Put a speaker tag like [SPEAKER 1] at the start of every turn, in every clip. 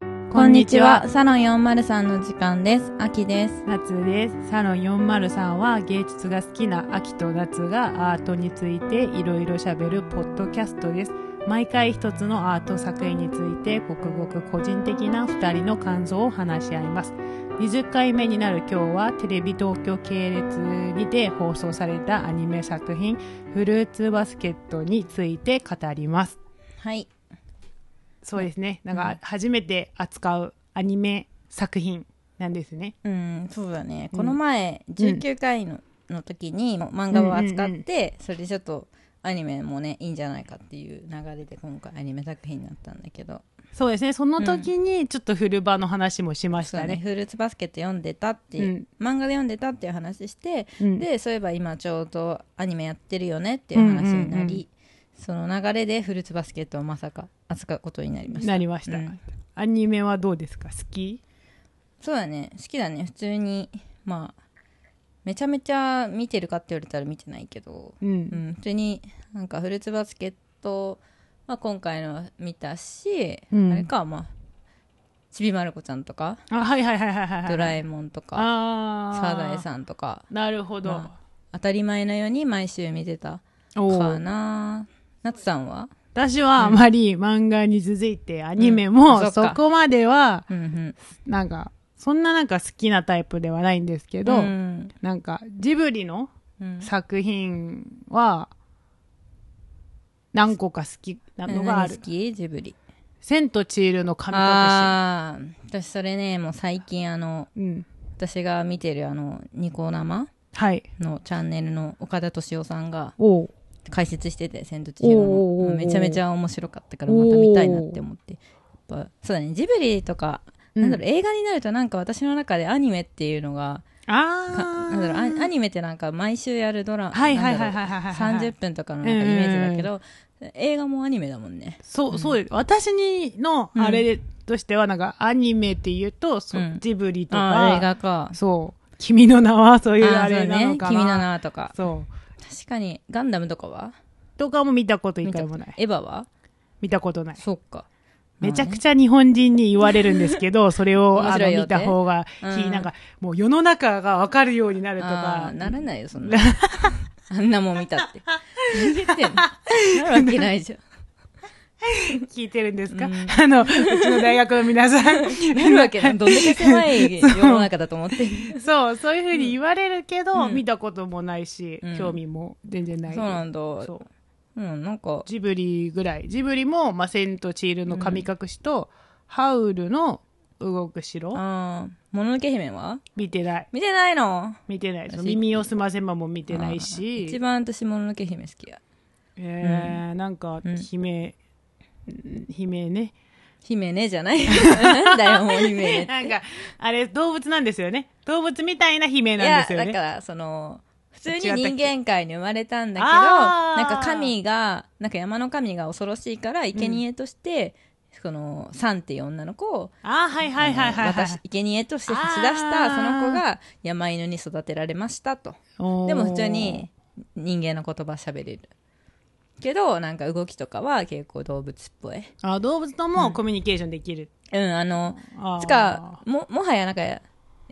[SPEAKER 1] こんにちは。サロン403の時間です。秋です。
[SPEAKER 2] 夏です。サロン403は芸術が好きな秋と夏がアートについていろいろ喋るポッドキャストです。毎回一つのアート作品について、ごくごく個人的な二人の感想を話し合います。20回目になる今日はテレビ東京系列にて放送されたアニメ作品フルーツバスケットについて語ります。
[SPEAKER 1] はい。
[SPEAKER 2] そうですね。なんか初めて扱うアニメ作品なんですね。
[SPEAKER 1] うん、そうだね。
[SPEAKER 2] うん
[SPEAKER 1] この前、19回の,、の時に漫画を扱って、それでちょっとアニメもね、いいんじゃないかっていう流れで今回アニメ作品になったんだけど。
[SPEAKER 2] そうですね。その時にちょっとフルバの話もしまし
[SPEAKER 1] そう
[SPEAKER 2] た
[SPEAKER 1] だね。
[SPEAKER 2] ね。
[SPEAKER 1] フルーツバスケット読んでたっていう、漫画で読んでたっていう話して、
[SPEAKER 2] うん
[SPEAKER 1] で、そういえば今ちょうどアニメやってるよねっていう話になり、
[SPEAKER 2] うんうんうん
[SPEAKER 1] その流れでフルーツバスケットをまさか扱うことになりました。
[SPEAKER 2] なりました、
[SPEAKER 1] うん
[SPEAKER 2] アニメはどうですか好き
[SPEAKER 1] そうだね好きだね普通にまあめちゃめちゃ見てるかって言われたら見てないけど、
[SPEAKER 2] うん、
[SPEAKER 1] うん、普通になんかフルーツバスケットは今回の見たし、
[SPEAKER 2] うん
[SPEAKER 1] あれかまあちびまる子ちゃんとか
[SPEAKER 2] あ、はいはいはいはいはい。
[SPEAKER 1] ドラ
[SPEAKER 2] イ
[SPEAKER 1] えもんとか
[SPEAKER 2] あー
[SPEAKER 1] サザエさんとか
[SPEAKER 2] なるほど。
[SPEAKER 1] ま当たり前のように毎週見てた
[SPEAKER 2] お
[SPEAKER 1] か
[SPEAKER 2] ー
[SPEAKER 1] ななつさんは
[SPEAKER 2] 私はあまり漫画に続いてアニメも、
[SPEAKER 1] うんそっ
[SPEAKER 2] そ
[SPEAKER 1] か
[SPEAKER 2] こまでは、
[SPEAKER 1] うんうん
[SPEAKER 2] なんか、そんななんか好きなタイプではないんですけど、
[SPEAKER 1] うん
[SPEAKER 2] なんか、ジブリの
[SPEAKER 1] うん
[SPEAKER 2] 作品は、何個か好きなのがあ
[SPEAKER 1] 何
[SPEAKER 2] る
[SPEAKER 1] 好。きジブリ
[SPEAKER 2] 千と千尋の神隠
[SPEAKER 1] ああ私それねもう最近あの
[SPEAKER 2] し。うん。
[SPEAKER 1] 私が見てるあのニコ生
[SPEAKER 2] はい。
[SPEAKER 1] のチャンネルの岡田敏夫さんが
[SPEAKER 2] おう
[SPEAKER 1] 解説してて「千と千尋の
[SPEAKER 2] おーおーお」ー
[SPEAKER 1] めちゃめちゃ面白かったからまた見たいなって思ってやっぱそうだねジブリとか、なんだろう映画になるとなんか私の中でアニメっていうのが
[SPEAKER 2] あー
[SPEAKER 1] かなんだろうアアニメってなんか毎週やるドラマ、
[SPEAKER 2] はいはいはい
[SPEAKER 1] なんだろ
[SPEAKER 2] はいはいは
[SPEAKER 1] う
[SPEAKER 2] いはい。
[SPEAKER 1] 30分とかのなんかイメージだけど、映画もアニメだもんね
[SPEAKER 2] そう、そうです。私にの、あれとしては、なんか、アニメって言うと、そ
[SPEAKER 1] うん
[SPEAKER 2] ジブリと
[SPEAKER 1] あー
[SPEAKER 2] か、
[SPEAKER 1] 映画か
[SPEAKER 2] そう、君の名は、そう
[SPEAKER 1] あ
[SPEAKER 2] いう
[SPEAKER 1] ー
[SPEAKER 2] あ
[SPEAKER 1] そう
[SPEAKER 2] れな
[SPEAKER 1] ね
[SPEAKER 2] の
[SPEAKER 1] 「
[SPEAKER 2] かな。
[SPEAKER 1] 君の名は」とか
[SPEAKER 2] そう。
[SPEAKER 1] 確かにガンダムとかは
[SPEAKER 2] とかも見たこと一回もない。
[SPEAKER 1] エヴァは
[SPEAKER 2] 見たことない。
[SPEAKER 1] そっか
[SPEAKER 2] めちゃくちゃ日本人に言われるんですけ ど、それを、
[SPEAKER 1] 面
[SPEAKER 2] あ
[SPEAKER 1] 白
[SPEAKER 2] の、
[SPEAKER 1] いよ
[SPEAKER 2] 見
[SPEAKER 1] って
[SPEAKER 2] た方がいい。
[SPEAKER 1] うん
[SPEAKER 2] なんか、もう世の中がわかるようになると
[SPEAKER 1] ああ
[SPEAKER 2] か
[SPEAKER 1] ー、ならないよそんな あんなもん見たって何言ってんのなるわけないじゃん
[SPEAKER 2] 聞いてるんですか、あの、うちの大学の皆さ ん。
[SPEAKER 1] なるわけないどんだけ狭い世の中だと思ってんの
[SPEAKER 2] そう、そういうふうに言われるけど、
[SPEAKER 1] うん
[SPEAKER 2] 見たこともないし、
[SPEAKER 1] うん
[SPEAKER 2] 興味も全然ない。
[SPEAKER 1] そうなんだ
[SPEAKER 2] そう
[SPEAKER 1] うんなんか
[SPEAKER 2] ジブリぐらい。ジブリも、まあ、千と千尋の神隠しと、ハウルの動く城
[SPEAKER 1] ああもののけ姫は
[SPEAKER 2] 見てない。
[SPEAKER 1] 見てないの
[SPEAKER 2] 見てない。その
[SPEAKER 1] 私
[SPEAKER 2] 耳をすませばも見てない
[SPEAKER 1] あー一
[SPEAKER 2] し、
[SPEAKER 1] 番私もののけ姫好きや
[SPEAKER 2] えー、なんか、
[SPEAKER 1] うん
[SPEAKER 2] 姫、うん姫ね。
[SPEAKER 1] 姫ねじゃないなんだよもう姫ね
[SPEAKER 2] なんか、あれ、動物なんですよね。動物みたいな姫
[SPEAKER 1] い
[SPEAKER 2] なん
[SPEAKER 1] や
[SPEAKER 2] ですよ
[SPEAKER 1] だ
[SPEAKER 2] ね。
[SPEAKER 1] からその普通に
[SPEAKER 2] 違ったっけ
[SPEAKER 1] 人間界に生まれたんだけど
[SPEAKER 2] あー
[SPEAKER 1] なんか神がなんか山の神が恐ろしいから生贄として、そのサンっていう女の子を
[SPEAKER 2] あー、はいはいはいはい、はい
[SPEAKER 1] 私。生贄として差し出した
[SPEAKER 2] あー
[SPEAKER 1] その子が山犬に育てられましたと
[SPEAKER 2] おー
[SPEAKER 1] でも普通に、人間の言葉喋れるけどなんか動きとかは結構動物っぽい
[SPEAKER 2] あ動物ともコミュニケーションできる。
[SPEAKER 1] うんあの
[SPEAKER 2] あー
[SPEAKER 1] つかももはやなんか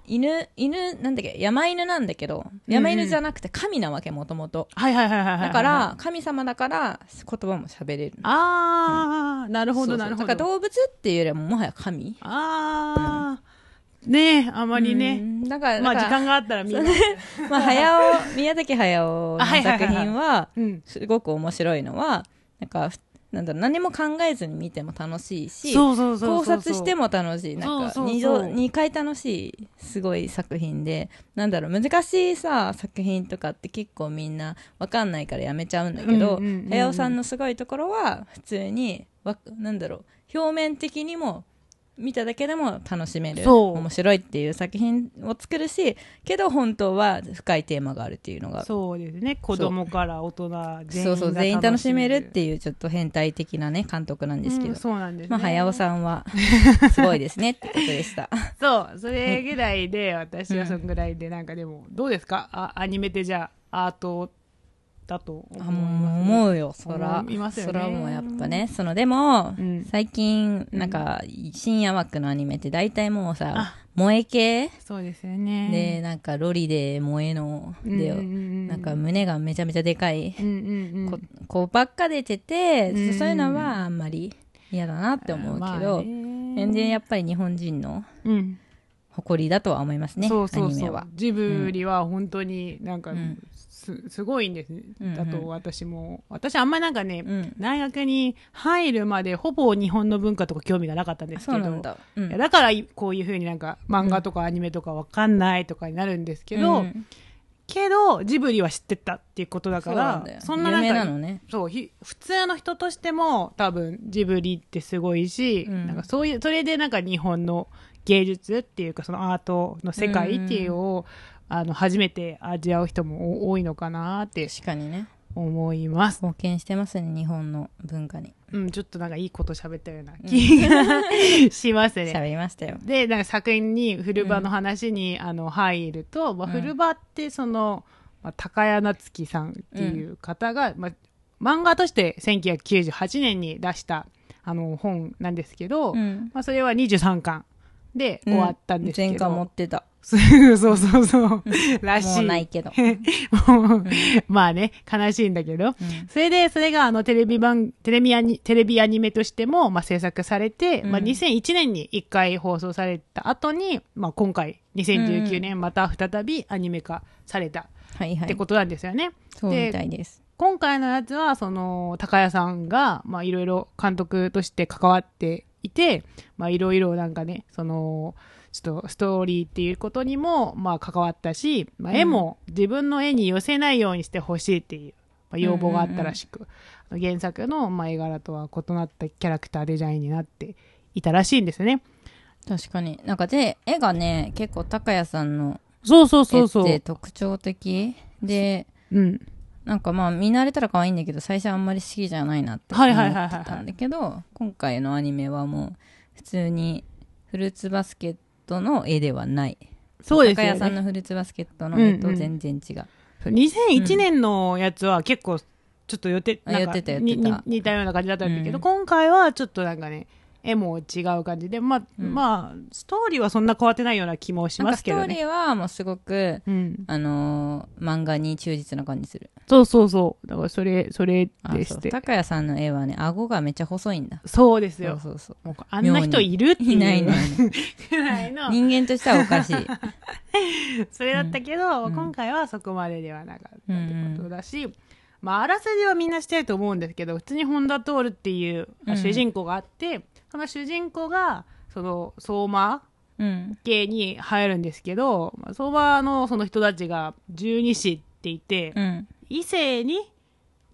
[SPEAKER 1] 犬犬なんだっけ山犬なんだけど山犬じゃなくて神なわけもともと
[SPEAKER 2] はいはいはいはいはいはい。
[SPEAKER 1] だか、ら神様だから言葉も喋れる
[SPEAKER 2] あー、なるほ
[SPEAKER 1] そうそ
[SPEAKER 2] ど
[SPEAKER 1] う
[SPEAKER 2] なるほど。
[SPEAKER 1] だから動物っていうよりももはや神
[SPEAKER 2] あー、ねえ、あまり
[SPEAKER 1] う
[SPEAKER 2] ね。
[SPEAKER 1] んだから
[SPEAKER 2] まあ
[SPEAKER 1] だ
[SPEAKER 2] 時
[SPEAKER 1] から
[SPEAKER 2] 間があったらみんな。
[SPEAKER 1] まあ、早尾、宮崎駿の
[SPEAKER 2] あはいはいはい
[SPEAKER 1] 作
[SPEAKER 2] はい
[SPEAKER 1] 品は、
[SPEAKER 2] うん。
[SPEAKER 1] すごく面白いのは、なんか、ふなんだろう、何も考えずに見ても楽しいし、
[SPEAKER 2] そうそうそうそう。
[SPEAKER 1] 考察しても楽しい。なんか
[SPEAKER 2] そうそうそう
[SPEAKER 1] 二度、二回楽しい、すごい作品で、なんだろう、難しいさ、作品とかって結構みんなわかんないからやめちゃうんだけど、
[SPEAKER 2] うんうんうんうん
[SPEAKER 1] 早尾さんのすごいところは、普通に、わなんだろう、表面的にも、見ただけでも楽しめる
[SPEAKER 2] そう
[SPEAKER 1] 面白いっていう作品を作るしけど本当は深いテーマがあるっていうのが
[SPEAKER 2] そうですね。子供から大人全員
[SPEAKER 1] そうそう全員楽しめるって
[SPEAKER 2] い
[SPEAKER 1] いうちょっと変態的なね監督なん
[SPEAKER 2] う
[SPEAKER 1] ですけど、
[SPEAKER 2] んそうなんですね。
[SPEAKER 1] まあ早尾さ んはすごいですねってことでした
[SPEAKER 2] そう、それぐらい で、私はそんぐらいで、なんかでも、どうですかあアニメってじゃあ、アートだと 思い
[SPEAKER 1] あ
[SPEAKER 2] ます、
[SPEAKER 1] もう思うよ、そら。
[SPEAKER 2] 思いますよね
[SPEAKER 1] そらもやっぱね、その、でも、
[SPEAKER 2] うん
[SPEAKER 1] 最近、
[SPEAKER 2] うん
[SPEAKER 1] なんか、深夜枠のアニメって大体もうさ
[SPEAKER 2] あ、
[SPEAKER 1] 萌え系
[SPEAKER 2] そうですよね
[SPEAKER 1] で、なんか、ロリで萌えの、で、
[SPEAKER 2] な
[SPEAKER 1] なんか、胸がめちゃめちゃでかい
[SPEAKER 2] うんうんうん、
[SPEAKER 1] 子、子ばっか出てて、
[SPEAKER 2] うん
[SPEAKER 1] そういうのはあんまり嫌だなって思うけ
[SPEAKER 2] まあ
[SPEAKER 1] ど、
[SPEAKER 2] ね
[SPEAKER 1] 全然やっぱり日本人の
[SPEAKER 2] うん
[SPEAKER 1] 誇りだとは思いますね、
[SPEAKER 2] そうそうそう
[SPEAKER 1] アニメは。
[SPEAKER 2] ジブリは本当になんか
[SPEAKER 1] うん
[SPEAKER 2] す,、すごいんです、
[SPEAKER 1] うん
[SPEAKER 2] だと私も私あんまなんかね、
[SPEAKER 1] うん。
[SPEAKER 2] 大学に入るまでほぼ日本の文化とか興味がなかったんですけ
[SPEAKER 1] そう
[SPEAKER 2] ど
[SPEAKER 1] なんだ。うん
[SPEAKER 2] いやだからいこういうふうになんか漫画とかアニメとかわかんないとかになるんですけど、
[SPEAKER 1] うん
[SPEAKER 2] けどジブリは知ってたっていうことだか
[SPEAKER 1] そうな
[SPEAKER 2] ら
[SPEAKER 1] んだよ。
[SPEAKER 2] んななん
[SPEAKER 1] 有
[SPEAKER 2] か
[SPEAKER 1] 名なのね。
[SPEAKER 2] そうひ普通の人としても多分ジブリってすごいし、
[SPEAKER 1] うん
[SPEAKER 2] なんかそういうそれでなんか日本の芸術っていうかそのアートの世界っていうのを、あの初めて味わう人もお多いのかなって
[SPEAKER 1] 確かにね。
[SPEAKER 2] 思います、
[SPEAKER 1] 貢献してますね日本の文化に
[SPEAKER 2] うん、ちょっとなんかいいこと喋ったような気が しますね
[SPEAKER 1] 喋りましたよ
[SPEAKER 2] でなんか作品に古場の話に、あの入ると、まあ、
[SPEAKER 1] うん
[SPEAKER 2] 古場ってその、まあ、高谷夏樹さんっていう方が、まあ、漫画として1998年に出したあの本なんですけど、
[SPEAKER 1] ん
[SPEAKER 2] まあ、それは23巻で 終わったんですけど、
[SPEAKER 1] 前回持ってた
[SPEAKER 2] そうそうそうらしい
[SPEAKER 1] もうないけど
[SPEAKER 2] もう まあね悲しいんだけど、
[SPEAKER 1] ん
[SPEAKER 2] それでそれがあのテレビ番テレビアニテレビアニメとしても、まあ、制作されて、
[SPEAKER 1] うん
[SPEAKER 2] まあ、2001年に1回放送された後に、まあ、今回2019年また再びアニメ化された
[SPEAKER 1] はいは
[SPEAKER 2] って
[SPEAKER 1] い
[SPEAKER 2] ことなんですよね。
[SPEAKER 1] そうみたいです
[SPEAKER 2] 今回のやつはその高谷さんがまあいろいろ監督として関わっていてまあいろいろなんかねそのちょっとストーリーっていうことにもまあ関わったし、まあ、
[SPEAKER 1] うん
[SPEAKER 2] 絵も自分の絵に寄せないようにしてほしいっていう、まあ、要望があったらしく、あの原作のまあ絵柄とは異なったキャラクターデザインになっていたらしいんですね。
[SPEAKER 1] 確かになんかで絵がね結構高谷さんの
[SPEAKER 2] そうそうそ
[SPEAKER 1] 絵
[SPEAKER 2] う
[SPEAKER 1] っ
[SPEAKER 2] そう。
[SPEAKER 1] て特徴的で
[SPEAKER 2] うん、
[SPEAKER 1] なんかまあ見慣れたら可愛いんだけど最初あんまり好きじゃないなって思って
[SPEAKER 2] はいはいはいはい
[SPEAKER 1] た
[SPEAKER 2] はい
[SPEAKER 1] んだけど今回のアニメはもう普通にフルーツバスケットの絵ではない
[SPEAKER 2] そうです
[SPEAKER 1] 高
[SPEAKER 2] よ
[SPEAKER 1] 谷さん
[SPEAKER 2] ね。
[SPEAKER 1] のフルーツバスケットの絵
[SPEAKER 2] うん
[SPEAKER 1] と
[SPEAKER 2] うん
[SPEAKER 1] 全然違う
[SPEAKER 2] 2001年のやつは結構ちょっと予定、
[SPEAKER 1] あ
[SPEAKER 2] なんか
[SPEAKER 1] やってたやって
[SPEAKER 2] に
[SPEAKER 1] た
[SPEAKER 2] に似たような感じだったんだけど、
[SPEAKER 1] うん
[SPEAKER 2] 今回はちょっとなんかね絵も違う感じでまあ、
[SPEAKER 1] うん
[SPEAKER 2] まあストーリーはそんな変わってないような気もし
[SPEAKER 1] なん
[SPEAKER 2] ま
[SPEAKER 1] か
[SPEAKER 2] す
[SPEAKER 1] ス
[SPEAKER 2] け
[SPEAKER 1] ト
[SPEAKER 2] ど
[SPEAKER 1] ーリ
[SPEAKER 2] ね
[SPEAKER 1] ーはもうすごく
[SPEAKER 2] うん、
[SPEAKER 1] あのー漫画に忠実な感じする。
[SPEAKER 2] そうそうそうだからそれそれ
[SPEAKER 1] あ
[SPEAKER 2] で
[SPEAKER 1] そ
[SPEAKER 2] し
[SPEAKER 1] う
[SPEAKER 2] てそう
[SPEAKER 1] 高谷さんの絵はね、顎がめっちゃ細いんだ。
[SPEAKER 2] です
[SPEAKER 1] そ
[SPEAKER 2] よ
[SPEAKER 1] うそうそ
[SPEAKER 2] もうあんな人いるって
[SPEAKER 1] う。
[SPEAKER 2] いう
[SPEAKER 1] いない のよね。
[SPEAKER 2] くらいの
[SPEAKER 1] 人間としてはお かしい。
[SPEAKER 2] それだったけど、
[SPEAKER 1] うん
[SPEAKER 2] 今回はそこまでではなかったってことだし、まあ、あらすじはみんなしてると思うんですけど普通に本田徹っていう
[SPEAKER 1] うん
[SPEAKER 2] 主人公があって、その主人公がその相馬
[SPEAKER 1] うん。
[SPEAKER 2] 系に入るんですけどまあ相馬のその人たちが十二支って言って、
[SPEAKER 1] うん。
[SPEAKER 2] 異性に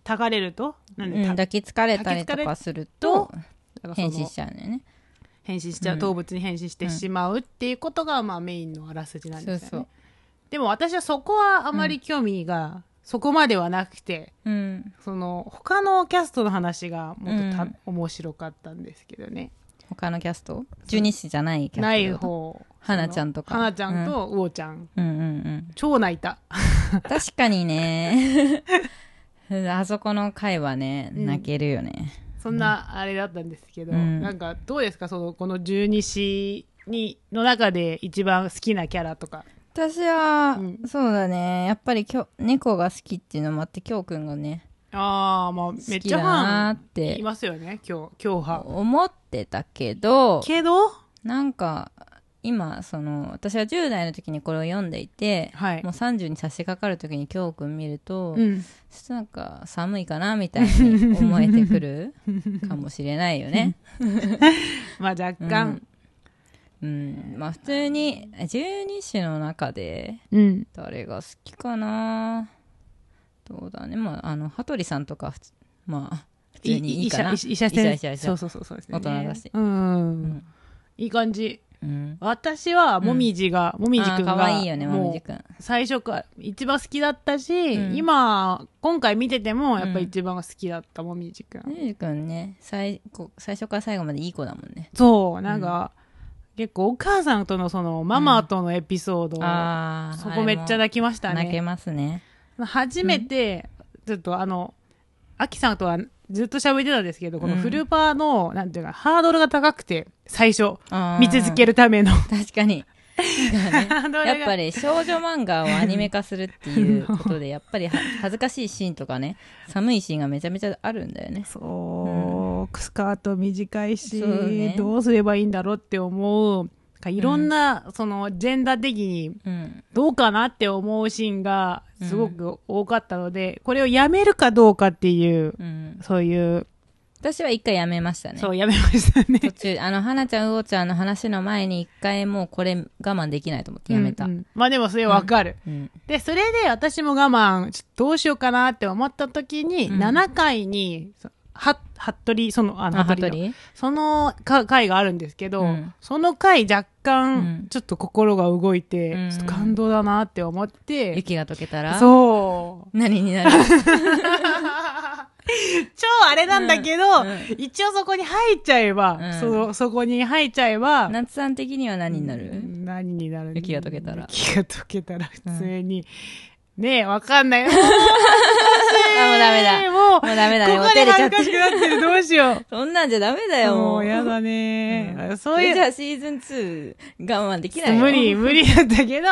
[SPEAKER 2] たかれるとなんで
[SPEAKER 1] うん
[SPEAKER 2] た
[SPEAKER 1] 抱きつかれたりとかすると、
[SPEAKER 2] だからその
[SPEAKER 1] 変身しちゃうんだよね。
[SPEAKER 2] 変身しちゃう、
[SPEAKER 1] うん
[SPEAKER 2] 動物に変身してしまうっていうことが、まあ、メインのあらすじなんですよね。
[SPEAKER 1] そうそう
[SPEAKER 2] でも私はそこはあまり興味が、そこまではなくて
[SPEAKER 1] うん。
[SPEAKER 2] その他のキャストの話がもっとた、
[SPEAKER 1] うん
[SPEAKER 2] 面白かったんですけどね
[SPEAKER 1] 他のキャスト十二支じゃないキャスト。
[SPEAKER 2] ない。方
[SPEAKER 1] 花ちゃんとか
[SPEAKER 2] 花ちゃんと魚ちゃん、
[SPEAKER 1] うんうんうん。
[SPEAKER 2] 超泣いた
[SPEAKER 1] 確かにね。 あそこの回はね、
[SPEAKER 2] うん
[SPEAKER 1] 泣けるよね。
[SPEAKER 2] そんなあれだったんですけど、
[SPEAKER 1] うん
[SPEAKER 2] なんかどうですかそのこの十二支にの中で一番好きなキャラとか
[SPEAKER 1] 私は、
[SPEAKER 2] うん
[SPEAKER 1] そうだねやっぱりきょ猫が好きっていうのもあってきょうくんがね
[SPEAKER 2] ああまあ
[SPEAKER 1] 好
[SPEAKER 2] めっ
[SPEAKER 1] き
[SPEAKER 2] ちゃ
[SPEAKER 1] だ
[SPEAKER 2] ファン
[SPEAKER 1] なーって
[SPEAKER 2] いますよね今日今日派
[SPEAKER 1] 思ってたけど
[SPEAKER 2] けど
[SPEAKER 1] なんか今その私は10代の時にこれを読んでいて、
[SPEAKER 2] はい
[SPEAKER 1] もう30に差し掛かる時にきょうくん見ると、ちょ
[SPEAKER 2] ん
[SPEAKER 1] っとなんか寒いかなみたいに思えて くるかもしれないよね。
[SPEAKER 2] まあ若干、
[SPEAKER 1] うん、まあ普通に12種の中で
[SPEAKER 2] うん、
[SPEAKER 1] 誰が好きかなどうだねまああの羽鳥さんとか普通まあ普通にいいかな
[SPEAKER 2] 医者医者
[SPEAKER 1] 医者
[SPEAKER 2] 先
[SPEAKER 1] 医者
[SPEAKER 2] 生
[SPEAKER 1] 医
[SPEAKER 2] そ
[SPEAKER 1] 者
[SPEAKER 2] うそうそうそうですね
[SPEAKER 1] 大人だし
[SPEAKER 2] うん、
[SPEAKER 1] うん
[SPEAKER 2] いい感じ
[SPEAKER 1] うん
[SPEAKER 2] 私はもみじが、もみじ
[SPEAKER 1] あ
[SPEAKER 2] くん
[SPEAKER 1] ー
[SPEAKER 2] が
[SPEAKER 1] 可愛いよねもみ
[SPEAKER 2] も
[SPEAKER 1] じ
[SPEAKER 2] う
[SPEAKER 1] くん
[SPEAKER 2] 最初から一番好きだったし、
[SPEAKER 1] うん
[SPEAKER 2] 今今回見ててもやっぱ一番好きだったもみじくん、
[SPEAKER 1] もみじくんね最こ最初から最後までいい子だもんね
[SPEAKER 2] そうなんか、結構お母さんとのそのママとのエピソード、
[SPEAKER 1] ああ
[SPEAKER 2] そこめっちゃ
[SPEAKER 1] 泣
[SPEAKER 2] 泣きました
[SPEAKER 1] 泣け
[SPEAKER 2] ね
[SPEAKER 1] ますね
[SPEAKER 2] 初めて、ちょっとあの、アキさんとはずっと喋ってたんですけど、この
[SPEAKER 1] うん
[SPEAKER 2] フルパーの、なんていうか、ハードルが高くて、最初、
[SPEAKER 1] あー
[SPEAKER 2] 見続けるための。
[SPEAKER 1] 確かになんか ね
[SPEAKER 2] ハードルが
[SPEAKER 1] やっぱり少女漫画をアニメ化するっていうこ とでやっぱりは恥ずかしいシーンとかね寒いシーンがめちゃめちゃあるんだよね
[SPEAKER 2] そう、スカート短いし、
[SPEAKER 1] そうね
[SPEAKER 2] どうすればいいんだろうって思う、なんかいろんな、その、ジェンダー的に、
[SPEAKER 1] うん
[SPEAKER 2] どうかなって思うシーンがすごく多かったので、これをやめるかどうかっていう、
[SPEAKER 1] うん
[SPEAKER 2] そういう、
[SPEAKER 1] 私は一回やめましたね
[SPEAKER 2] そう、やめました
[SPEAKER 1] 途
[SPEAKER 2] ね。
[SPEAKER 1] 中あの花ちゃんうおちゃんの話の前に一回もうこれ我慢できないと思ってやめた
[SPEAKER 2] うんうんまあでもそれわかる、
[SPEAKER 1] うん
[SPEAKER 2] で、それで私も我慢、ちょっとどうしようかなって思った時に、
[SPEAKER 1] うん
[SPEAKER 2] 7回に、そは、服部、その、あの、
[SPEAKER 1] あ羽
[SPEAKER 2] 服部の
[SPEAKER 1] 鳥
[SPEAKER 2] そのか回があるんですけど、
[SPEAKER 1] うん
[SPEAKER 2] その回若干、
[SPEAKER 1] うん
[SPEAKER 2] ちょっと心が動いて、
[SPEAKER 1] うん
[SPEAKER 2] ちょっと感動だなって思って、
[SPEAKER 1] 雪が溶けたら
[SPEAKER 2] そう。
[SPEAKER 1] 何に なる
[SPEAKER 2] 超あれなんだけど、
[SPEAKER 1] うんうん
[SPEAKER 2] 一応そこに入っちゃえば、
[SPEAKER 1] うん
[SPEAKER 2] そそこに入っちゃえば、
[SPEAKER 1] 夏さん的には何になる、
[SPEAKER 2] 何になる
[SPEAKER 1] 雪が溶けたら
[SPEAKER 2] 雪が溶けたら普通に、ねえ、わか んない。もう、も
[SPEAKER 1] あもうダメだ
[SPEAKER 2] もう、
[SPEAKER 1] もうダメだね
[SPEAKER 2] ここで
[SPEAKER 1] もう照れち
[SPEAKER 2] 恥ず
[SPEAKER 1] ゃって
[SPEAKER 2] かしくなってる、どうしよ
[SPEAKER 1] そんなんじゃダメだ
[SPEAKER 2] う。
[SPEAKER 1] よ
[SPEAKER 2] も
[SPEAKER 1] も
[SPEAKER 2] う、
[SPEAKER 1] う
[SPEAKER 2] やだね、
[SPEAKER 1] そ
[SPEAKER 2] そうい
[SPEAKER 1] れ
[SPEAKER 2] う
[SPEAKER 1] じゃ、あシーズン2我慢できないよ
[SPEAKER 2] 無理、無理だったけど、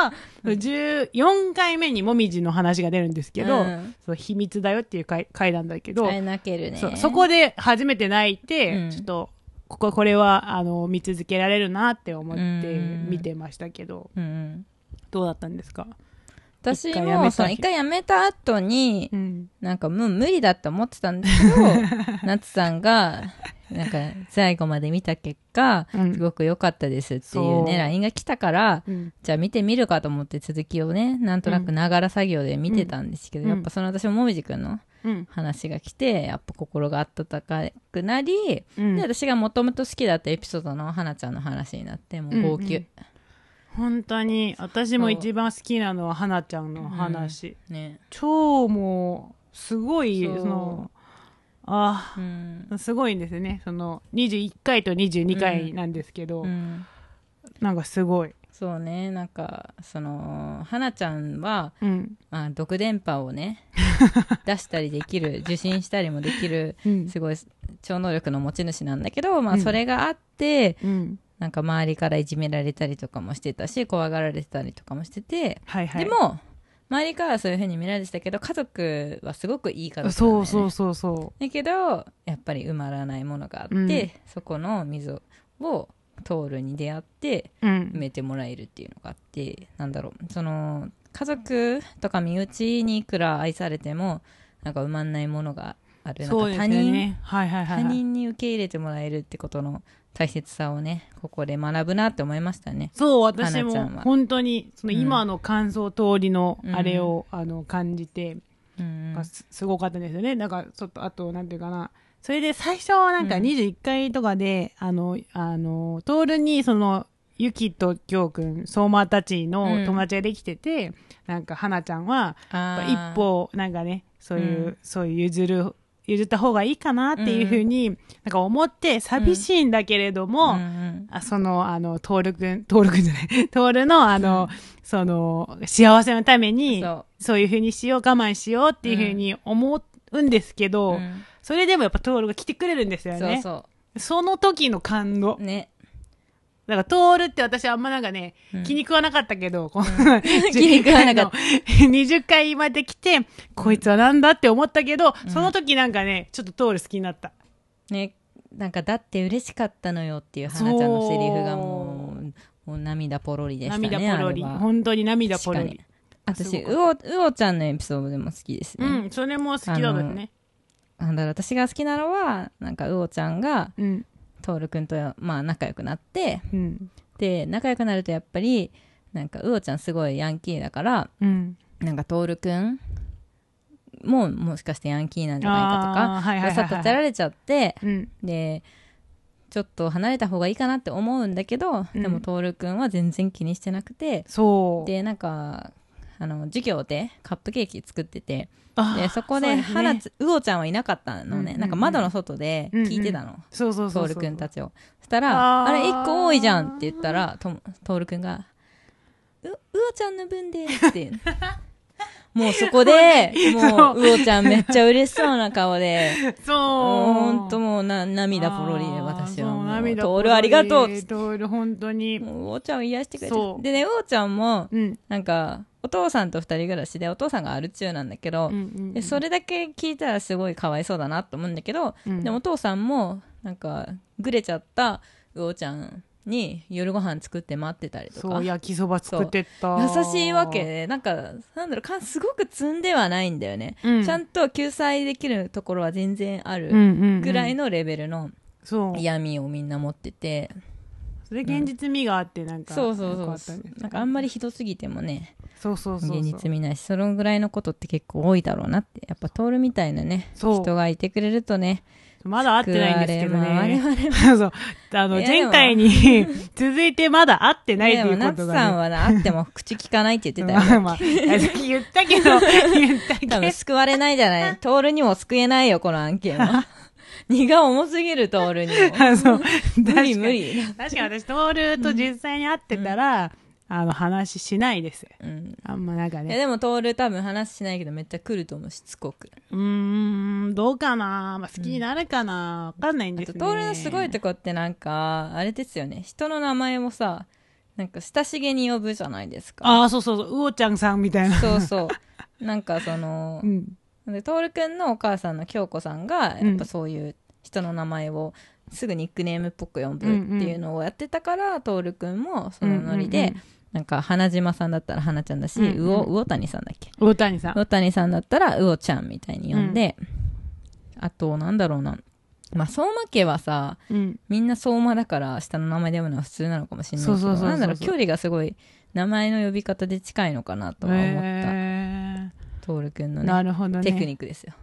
[SPEAKER 2] 14回目にもみじの話が出るんですけど、
[SPEAKER 1] うん
[SPEAKER 2] その秘密だよっていう回回なんだけど、
[SPEAKER 1] あれ泣けるね
[SPEAKER 2] そうそこで初めて泣いて、
[SPEAKER 1] うん
[SPEAKER 2] ちょっとこここれはあの見続けられるなって思っ
[SPEAKER 1] う
[SPEAKER 2] て
[SPEAKER 1] ん
[SPEAKER 2] 見てましたけど、
[SPEAKER 1] うんうん
[SPEAKER 2] どうだったんですか、
[SPEAKER 1] 私
[SPEAKER 2] 一回やめた
[SPEAKER 1] も
[SPEAKER 2] 日
[SPEAKER 1] その一回やめた後に
[SPEAKER 2] ん、
[SPEAKER 1] なんかもう無理だって思ってたんだけ ど夏さんがなんか最後まで見た結果
[SPEAKER 2] うん
[SPEAKER 1] すごく良かったですっていう
[SPEAKER 2] そう
[SPEAKER 1] ね LINE が来たからじゃあ見てみるかと思って続きをねなんとなくながら作業で見てたんですけど、
[SPEAKER 2] うん
[SPEAKER 1] やっぱその私ももみじくんの話が来てやっぱ心が温かくなり、
[SPEAKER 2] うん
[SPEAKER 1] で私がもともと好きだったエピソードの花ちゃんの話になっても
[SPEAKER 2] う
[SPEAKER 1] うん号泣、
[SPEAKER 2] 本当に私も
[SPEAKER 1] そう
[SPEAKER 2] 一番好きなのは花ちゃんの話、
[SPEAKER 1] ね、
[SPEAKER 2] 超もうすごい
[SPEAKER 1] そう
[SPEAKER 2] そのあ
[SPEAKER 1] うん
[SPEAKER 2] ーすごいんですねその21回と22回なんですけど、
[SPEAKER 1] うん、
[SPEAKER 2] なんかすごい、
[SPEAKER 1] そうねなんかその花ちゃんは、
[SPEAKER 2] うん
[SPEAKER 1] まあ、毒電波 をね出したりできる受信したりもできる
[SPEAKER 2] うん
[SPEAKER 1] すごい超能力の持ち主なんだけど、ま
[SPEAKER 2] う
[SPEAKER 1] あ、
[SPEAKER 2] ん
[SPEAKER 1] それがあって、
[SPEAKER 2] うん、
[SPEAKER 1] なんか周りからいじめられたりとかもしてたし怖がられてたりとかもしてて、
[SPEAKER 2] はいはい
[SPEAKER 1] でも周りからはそういうふうに見られてたけど家族はすごくいい家族なんだよね、
[SPEAKER 2] そうそうそうそう
[SPEAKER 1] だけどやっぱり埋まらないものがあって、
[SPEAKER 2] うん
[SPEAKER 1] そこの溝をトールに出会って埋めてもらえるっていうのがあってなんだろうその家族とか身内にいくら愛されてもなんか埋まんないものがある
[SPEAKER 2] そう
[SPEAKER 1] な
[SPEAKER 2] で
[SPEAKER 1] んか他
[SPEAKER 2] す
[SPEAKER 1] 人、
[SPEAKER 2] よね。はいはいはい、
[SPEAKER 1] 他
[SPEAKER 2] はい。
[SPEAKER 1] 人に受け入れてもらえるってことの大切さをねここで学ぶなって思いましたね
[SPEAKER 2] そう、私
[SPEAKER 1] 花ちゃ
[SPEAKER 2] も
[SPEAKER 1] んは
[SPEAKER 2] 本当に、その
[SPEAKER 1] うん
[SPEAKER 2] 今の感想通りのあれを、あの感じて、
[SPEAKER 1] うん
[SPEAKER 2] がすすごかったですよね。なんか、ちょっと、あと、なんていうかな。それで最初はなんか
[SPEAKER 1] うん
[SPEAKER 2] 21回とかで、あの、あの、トールに、その、ゆきときょうくん、相馬たちの友達ができてて、なんか、花ちゃんは、やっぱ一歩なんかねそういう、
[SPEAKER 1] うん
[SPEAKER 2] そういう譲る譲った方がいいかなっていうふうに、なんか思って寂しいんだけれども、
[SPEAKER 1] うんうん
[SPEAKER 2] あその、あの、トールくん、トールくんじゃない、 トールの、あの、その、幸せのために、そ
[SPEAKER 1] そう
[SPEAKER 2] いうふうにしよう、我慢しようっていうふうに思うんですけ
[SPEAKER 1] う
[SPEAKER 2] ど、
[SPEAKER 1] うん
[SPEAKER 2] それでもやっぱトールが来てくれるんですよね。
[SPEAKER 1] そうそ
[SPEAKER 2] その時の感動
[SPEAKER 1] う。ね
[SPEAKER 2] だから、トールって私あんまなんかね、
[SPEAKER 1] うん
[SPEAKER 2] 気に食わなかったけど、こう
[SPEAKER 1] 気に食わなかっ
[SPEAKER 2] 20回まで来て、こいつはなんだって思ったけど、その時なんかね、ちょっとトール好きになった。
[SPEAKER 1] ねなんかだって嬉しかったのよっていう花ちゃんのセリフがもうもう涙ポロリでしたね
[SPEAKER 2] 涙ポロリ。
[SPEAKER 1] あれは
[SPEAKER 2] 本当に涙ポロ
[SPEAKER 1] 確
[SPEAKER 2] リ
[SPEAKER 1] か。私
[SPEAKER 2] すご
[SPEAKER 1] うおうおちゃんのエピソードでも好きです
[SPEAKER 2] う
[SPEAKER 1] ね、
[SPEAKER 2] ん、それも好きだったね。
[SPEAKER 1] なんだろう私が好きなのはなんかうおちゃんが
[SPEAKER 2] うん。
[SPEAKER 1] 徹君とまあ仲良くなって
[SPEAKER 2] うん。
[SPEAKER 1] で仲良くなるとやっぱりなんかうおちゃんすごいヤンキーだから
[SPEAKER 2] うん。
[SPEAKER 1] なんか徹君ももしかしてヤンキーなんじゃ
[SPEAKER 2] あー
[SPEAKER 1] ない
[SPEAKER 2] はいはい
[SPEAKER 1] か
[SPEAKER 2] はいはい
[SPEAKER 1] とかさっとたられちゃって
[SPEAKER 2] うん。
[SPEAKER 1] でちょっと離れた方がいいかなって思うんだけど、
[SPEAKER 2] うん
[SPEAKER 1] でも徹君は全然気にしてなくて
[SPEAKER 2] そう。
[SPEAKER 1] でなんかあの授業でカップケーキ作ってて
[SPEAKER 2] あー
[SPEAKER 1] でそこで
[SPEAKER 2] そう
[SPEAKER 1] 花つうお、ちゃんはいなかった
[SPEAKER 2] うん
[SPEAKER 1] のね、
[SPEAKER 2] うんうん
[SPEAKER 1] なんか窓の外で聞いてたの、
[SPEAKER 2] そうそう
[SPEAKER 1] ト
[SPEAKER 2] そ
[SPEAKER 1] ー
[SPEAKER 2] う
[SPEAKER 1] ル
[SPEAKER 2] そう。
[SPEAKER 1] くんたちを。そしたら、
[SPEAKER 2] あー
[SPEAKER 1] あれ、一個多いじゃんって言っ たら、とトールくんが、う、うおちゃんの分でって。もうそこで、もう、うおちゃんめっちゃ嬉しそうな顔で、
[SPEAKER 2] そう。
[SPEAKER 1] ほんともうな、涙ポロリで私はもう、トールありがとうっつって
[SPEAKER 2] トール本当に。
[SPEAKER 1] もう、うおちゃんを癒してくれて
[SPEAKER 2] そ。う
[SPEAKER 1] でね、うおちゃんも、
[SPEAKER 2] うん。
[SPEAKER 1] なんか、お父さんと二人暮らしで、お父さんがアル中なんだけど、でそれだけ聞いたらすごいかわいそうだなと思うんだけど、
[SPEAKER 2] うん
[SPEAKER 1] でもお父さんもなんかぐれちゃったうおちゃんに夜ご飯作って待ってたりと
[SPEAKER 2] そ
[SPEAKER 1] か
[SPEAKER 2] う、
[SPEAKER 1] 優
[SPEAKER 2] 焼きそば作ってった。
[SPEAKER 1] しいわけ。でなんかなんだろうかすごく積んではないんだよね、
[SPEAKER 2] うん
[SPEAKER 1] ちゃんと救済できるところは全然あ
[SPEAKER 2] うん
[SPEAKER 1] る
[SPEAKER 2] うんうん。
[SPEAKER 1] ぐらいのレベルの
[SPEAKER 2] そう。
[SPEAKER 1] 闇をみんな持ってて、
[SPEAKER 2] それ現実味があって、なんか。
[SPEAKER 1] そうそうそ
[SPEAKER 2] よ
[SPEAKER 1] う
[SPEAKER 2] かったね
[SPEAKER 1] なんかあんまりひどすぎてもね
[SPEAKER 2] そうそうそうそう。
[SPEAKER 1] 現実見ないしそのぐらいのことって結構多いだろうなってやっぱ徹みたいなね
[SPEAKER 2] そう
[SPEAKER 1] 人がいてくれるとね
[SPEAKER 2] まだ会ってないんですけど
[SPEAKER 1] 救われ
[SPEAKER 2] ね。
[SPEAKER 1] ま我々も
[SPEAKER 2] そうそう。あの、
[SPEAKER 1] いやでも
[SPEAKER 2] 前回に 続いてまだ会ってないってい
[SPEAKER 1] でも
[SPEAKER 2] うこ
[SPEAKER 1] ナ
[SPEAKER 2] と
[SPEAKER 1] ツ
[SPEAKER 2] が、ね。
[SPEAKER 1] さんはなあっても口聞かないって言ってた よ
[SPEAKER 2] まあまあ、言ったけど、言ったけ
[SPEAKER 1] 多
[SPEAKER 2] ど。
[SPEAKER 1] 分救われないじ ゃない徹にも救えないよこの案件は荷が重すぎる徹に も
[SPEAKER 2] あそう
[SPEAKER 1] 無理
[SPEAKER 2] 確かに
[SPEAKER 1] 無理、
[SPEAKER 2] 確かに私、トールと実際に会ってたら、あの、話しないです。
[SPEAKER 1] うん
[SPEAKER 2] あんまなんか
[SPEAKER 1] いや
[SPEAKER 2] ね。
[SPEAKER 1] でも徹多分話しないけどめっちゃ来ると思うしつこく
[SPEAKER 2] うーん、どうかなまあ、好きになるかなわかんないん
[SPEAKER 1] あ
[SPEAKER 2] です
[SPEAKER 1] と
[SPEAKER 2] ね。
[SPEAKER 1] 徹のすごいとこってなんかあれですよね人の名前もさなんか親しげに呼ぶじゃないですか
[SPEAKER 2] ああ、そうそうそう、うおちゃんさんみたいな。
[SPEAKER 1] そうそう。なんかその
[SPEAKER 2] う、ん。
[SPEAKER 1] で、トールくんのお母さんの京子さんが、
[SPEAKER 2] うん
[SPEAKER 1] やっぱそういう人の名前を、すぐニックネームっぽく呼ぶっていうのをやってたから、トールくんもそのノ
[SPEAKER 2] うん
[SPEAKER 1] リ
[SPEAKER 2] う
[SPEAKER 1] で
[SPEAKER 2] ん、
[SPEAKER 1] なんか、花島さんだったら花ちゃんだし、
[SPEAKER 2] うんうん
[SPEAKER 1] うお、うおたにさんだっけ
[SPEAKER 2] 魚谷さん。
[SPEAKER 1] 魚谷さんだったら、うおちゃんみたいに呼んで、あと、なんだろうな。まあ、相馬家はさ、
[SPEAKER 2] うん。
[SPEAKER 1] みんな相馬だから、下の名前で呼ぶのは普通なのかもしれないけ
[SPEAKER 2] そうそう
[SPEAKER 1] ど、
[SPEAKER 2] そうそう
[SPEAKER 1] なんだろう、距離がすごい、名前の呼び方で近いのかなとは思った。
[SPEAKER 2] へ
[SPEAKER 1] トールくんの
[SPEAKER 2] ー
[SPEAKER 1] ね
[SPEAKER 2] なるほどね。
[SPEAKER 1] テクニックですよ。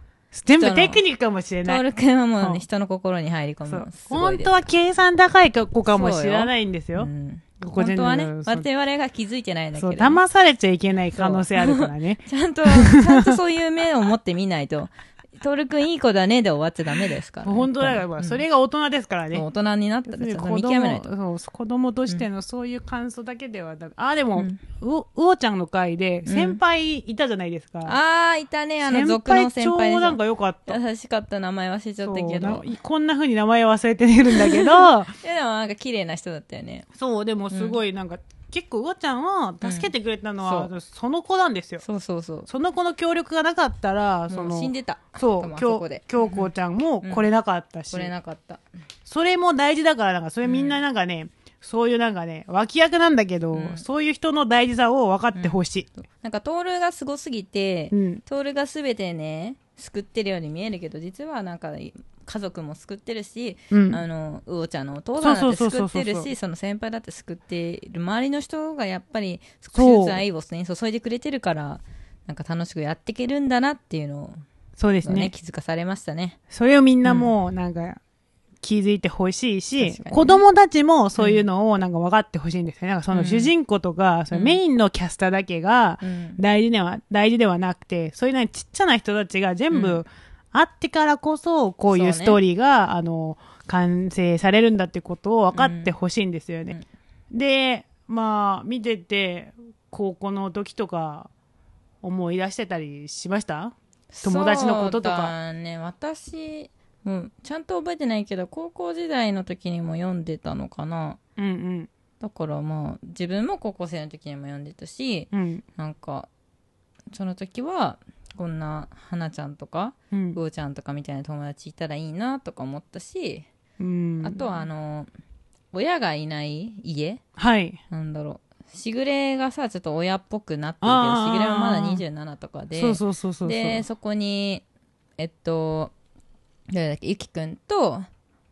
[SPEAKER 2] 全部テクニックかもしれ
[SPEAKER 1] ト
[SPEAKER 2] な
[SPEAKER 1] ー
[SPEAKER 2] い。
[SPEAKER 1] ルくんはもう
[SPEAKER 2] うん
[SPEAKER 1] ね、人の心に入り込む
[SPEAKER 2] そ
[SPEAKER 1] の
[SPEAKER 2] う
[SPEAKER 1] すごい
[SPEAKER 2] 本
[SPEAKER 1] です。
[SPEAKER 2] 当は計算高い子かもしれないんです
[SPEAKER 1] う
[SPEAKER 2] よ。
[SPEAKER 1] ん
[SPEAKER 2] ここ
[SPEAKER 1] 本
[SPEAKER 2] 全
[SPEAKER 1] 当
[SPEAKER 2] 然
[SPEAKER 1] はね、
[SPEAKER 2] そう
[SPEAKER 1] 我々が気づいてないんだけ
[SPEAKER 2] そう、
[SPEAKER 1] ど、
[SPEAKER 2] 騙されちゃいけない可能性あるから ね。
[SPEAKER 1] ちゃんと、ちゃんとそういう目を持ってみないと、トールくんいい子だねで終わっちゃダメですから、ね。
[SPEAKER 2] 本当だか
[SPEAKER 1] や
[SPEAKER 2] ら、
[SPEAKER 1] っ
[SPEAKER 2] ま
[SPEAKER 1] ぱ
[SPEAKER 2] あ
[SPEAKER 1] り
[SPEAKER 2] そ
[SPEAKER 1] うん
[SPEAKER 2] れが大人ですから
[SPEAKER 1] そう
[SPEAKER 2] ね。
[SPEAKER 1] 大人になったらちょっと
[SPEAKER 2] 子
[SPEAKER 1] 見極めないと。
[SPEAKER 2] 供そう子供としてのそういう感想だけではなく、あ、でも、う
[SPEAKER 1] う
[SPEAKER 2] んお、うおちゃんの回で、先輩いたじゃないですか。
[SPEAKER 1] あー、いたね、あの、
[SPEAKER 2] 先
[SPEAKER 1] 族の
[SPEAKER 2] 輩
[SPEAKER 1] 先輩
[SPEAKER 2] 超なん
[SPEAKER 1] で
[SPEAKER 2] か良かった。
[SPEAKER 1] 優しかった名前忘れちゃったけ
[SPEAKER 2] そ
[SPEAKER 1] ど
[SPEAKER 2] う。なこんな風に名前忘れてるんだけど、
[SPEAKER 1] いや、でもなんか綺麗な人だったよね。
[SPEAKER 2] そう、でもすごいなんか、結構うおちゃんは助けてくれたのは、
[SPEAKER 1] うんそ
[SPEAKER 2] その子なんですよ。
[SPEAKER 1] そうそうそう。
[SPEAKER 2] その子の協力がなかったら、そ
[SPEAKER 1] もう
[SPEAKER 2] の、
[SPEAKER 1] 死んでた。
[SPEAKER 2] そ
[SPEAKER 1] 多分
[SPEAKER 2] う、
[SPEAKER 1] あ
[SPEAKER 2] 京
[SPEAKER 1] そこで。
[SPEAKER 2] 京子ちゃんも来れなかったし、
[SPEAKER 1] これなかった。
[SPEAKER 2] それも大事だから、なんか、それみんななんかね、そういうなんかね、脇役なんだけど、
[SPEAKER 1] うん
[SPEAKER 2] そういう人の大事さを分かってほしい。
[SPEAKER 1] なんかトールがすごすぎて、
[SPEAKER 2] うん。
[SPEAKER 1] トールが全てね救ってるように見えるけど実はなんか家族も救ってるし、
[SPEAKER 2] うん
[SPEAKER 1] あのうおちゃんのお父さんだって
[SPEAKER 2] そうそう
[SPEAKER 1] 救
[SPEAKER 2] そう
[SPEAKER 1] っ
[SPEAKER 2] そう
[SPEAKER 1] て
[SPEAKER 2] そう
[SPEAKER 1] る
[SPEAKER 2] そう
[SPEAKER 1] しその先輩だって救っている周りの人がやっぱり少
[SPEAKER 2] そう
[SPEAKER 1] しずつ愛を、ね、注いでくれてるからなんか楽しくやっていけるんだなっていうの
[SPEAKER 2] そうです
[SPEAKER 1] を、ね
[SPEAKER 2] ね。
[SPEAKER 1] 気づかされましたね。
[SPEAKER 2] それをみんなもう、なんか、気づいてほしいし、
[SPEAKER 1] 確かにね
[SPEAKER 2] 子供たちもそういうのをなんか分かってほしいんですよね。なんかその主人公とか、そのメインのキャスターだけが
[SPEAKER 1] うん
[SPEAKER 2] 大事では、大事ではなくて、そういうなんかちっちゃな人たちが全
[SPEAKER 1] う
[SPEAKER 2] 部あってからこそ、こうい
[SPEAKER 1] そう
[SPEAKER 2] う
[SPEAKER 1] ね
[SPEAKER 2] ストーリーが、あの、完成されるんだってことを分かってほしいんですよね。で、まあ、見てて、高校の時とか思い出してたりしました友達のこととか
[SPEAKER 1] そうだね私もうちゃんと覚えてないけど高校時代の時にも読んでたのかな
[SPEAKER 2] うん
[SPEAKER 1] だからまあ自分も高校生の時にも読んでたし
[SPEAKER 2] うん。うん。
[SPEAKER 1] なんかその時はこんな花ちゃんとか
[SPEAKER 2] うん
[SPEAKER 1] う。おちゃんとかみたいな友達いたらいいなとか思ったし、
[SPEAKER 2] うん
[SPEAKER 1] あとはあの親がいない家
[SPEAKER 2] はい。
[SPEAKER 1] なんだろうしぐれがさちょっと親っぽくなってるけ
[SPEAKER 2] あ
[SPEAKER 1] ど
[SPEAKER 2] ー
[SPEAKER 1] しぐれはまだ27とかで
[SPEAKER 2] そうそうそうそうそう。
[SPEAKER 1] でそこにえっと誰だっけゆきくんと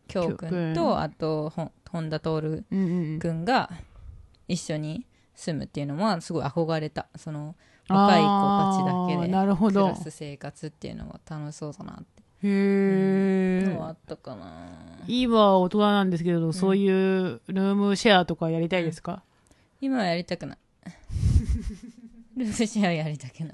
[SPEAKER 1] きょうく
[SPEAKER 2] きょう
[SPEAKER 1] ん
[SPEAKER 2] くん
[SPEAKER 1] とあとほん本田徹
[SPEAKER 2] うんうん
[SPEAKER 1] くんが一緒に住むっていうのはすごい憧れたその
[SPEAKER 2] うん、
[SPEAKER 1] 若い子たちだ
[SPEAKER 2] あ
[SPEAKER 1] け
[SPEAKER 2] ー
[SPEAKER 1] で
[SPEAKER 2] なるほ
[SPEAKER 1] ク
[SPEAKER 2] ど
[SPEAKER 1] ラ。ス生活っていうのは楽しそうだなって
[SPEAKER 2] へ
[SPEAKER 1] いう
[SPEAKER 2] え
[SPEAKER 1] のはあ。ったかな、
[SPEAKER 2] 今は大人なんですけど、そういうルームシェアとかやりたいですか、
[SPEAKER 1] 今はやり たくないルームシェアやりたくない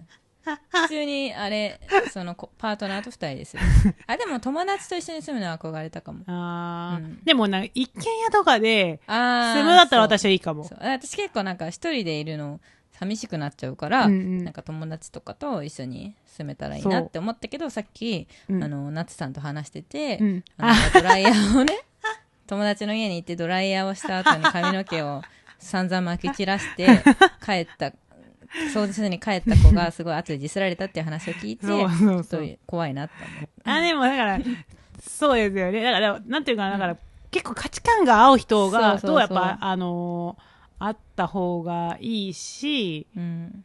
[SPEAKER 1] 普通にあれそのこパートナーと2人でするあでも友達と一緒に住むのは憧れたかも
[SPEAKER 2] ああ、
[SPEAKER 1] うん
[SPEAKER 2] でもなんか一軒家とかで
[SPEAKER 1] あ あ
[SPEAKER 2] 住むだったら私はいいかも。
[SPEAKER 1] そう私結構なんか一人でいるの寂しくなっちゃうから、
[SPEAKER 2] うんうん
[SPEAKER 1] なんか友達とかと一緒に住めたらいいなって思ったけどさっき、
[SPEAKER 2] うん
[SPEAKER 1] あの夏さんと話してて、
[SPEAKER 2] うん
[SPEAKER 1] あのドライヤーをね友達の家に行ってドライヤーをした後に髪の毛を散々巻き散 らして帰った掃除せずに帰った子がすごい後でディスられたっていう話を聞いて
[SPEAKER 2] そうそう
[SPEAKER 1] ち
[SPEAKER 2] そ
[SPEAKER 1] ょっ
[SPEAKER 2] う
[SPEAKER 1] と怖いなって
[SPEAKER 2] あでもだからそうですよねだからなんていうかなだから、結構価値観が合う人が
[SPEAKER 1] そうそうそう
[SPEAKER 2] とやっぱあのーあった方がいいし
[SPEAKER 1] 思う、うん、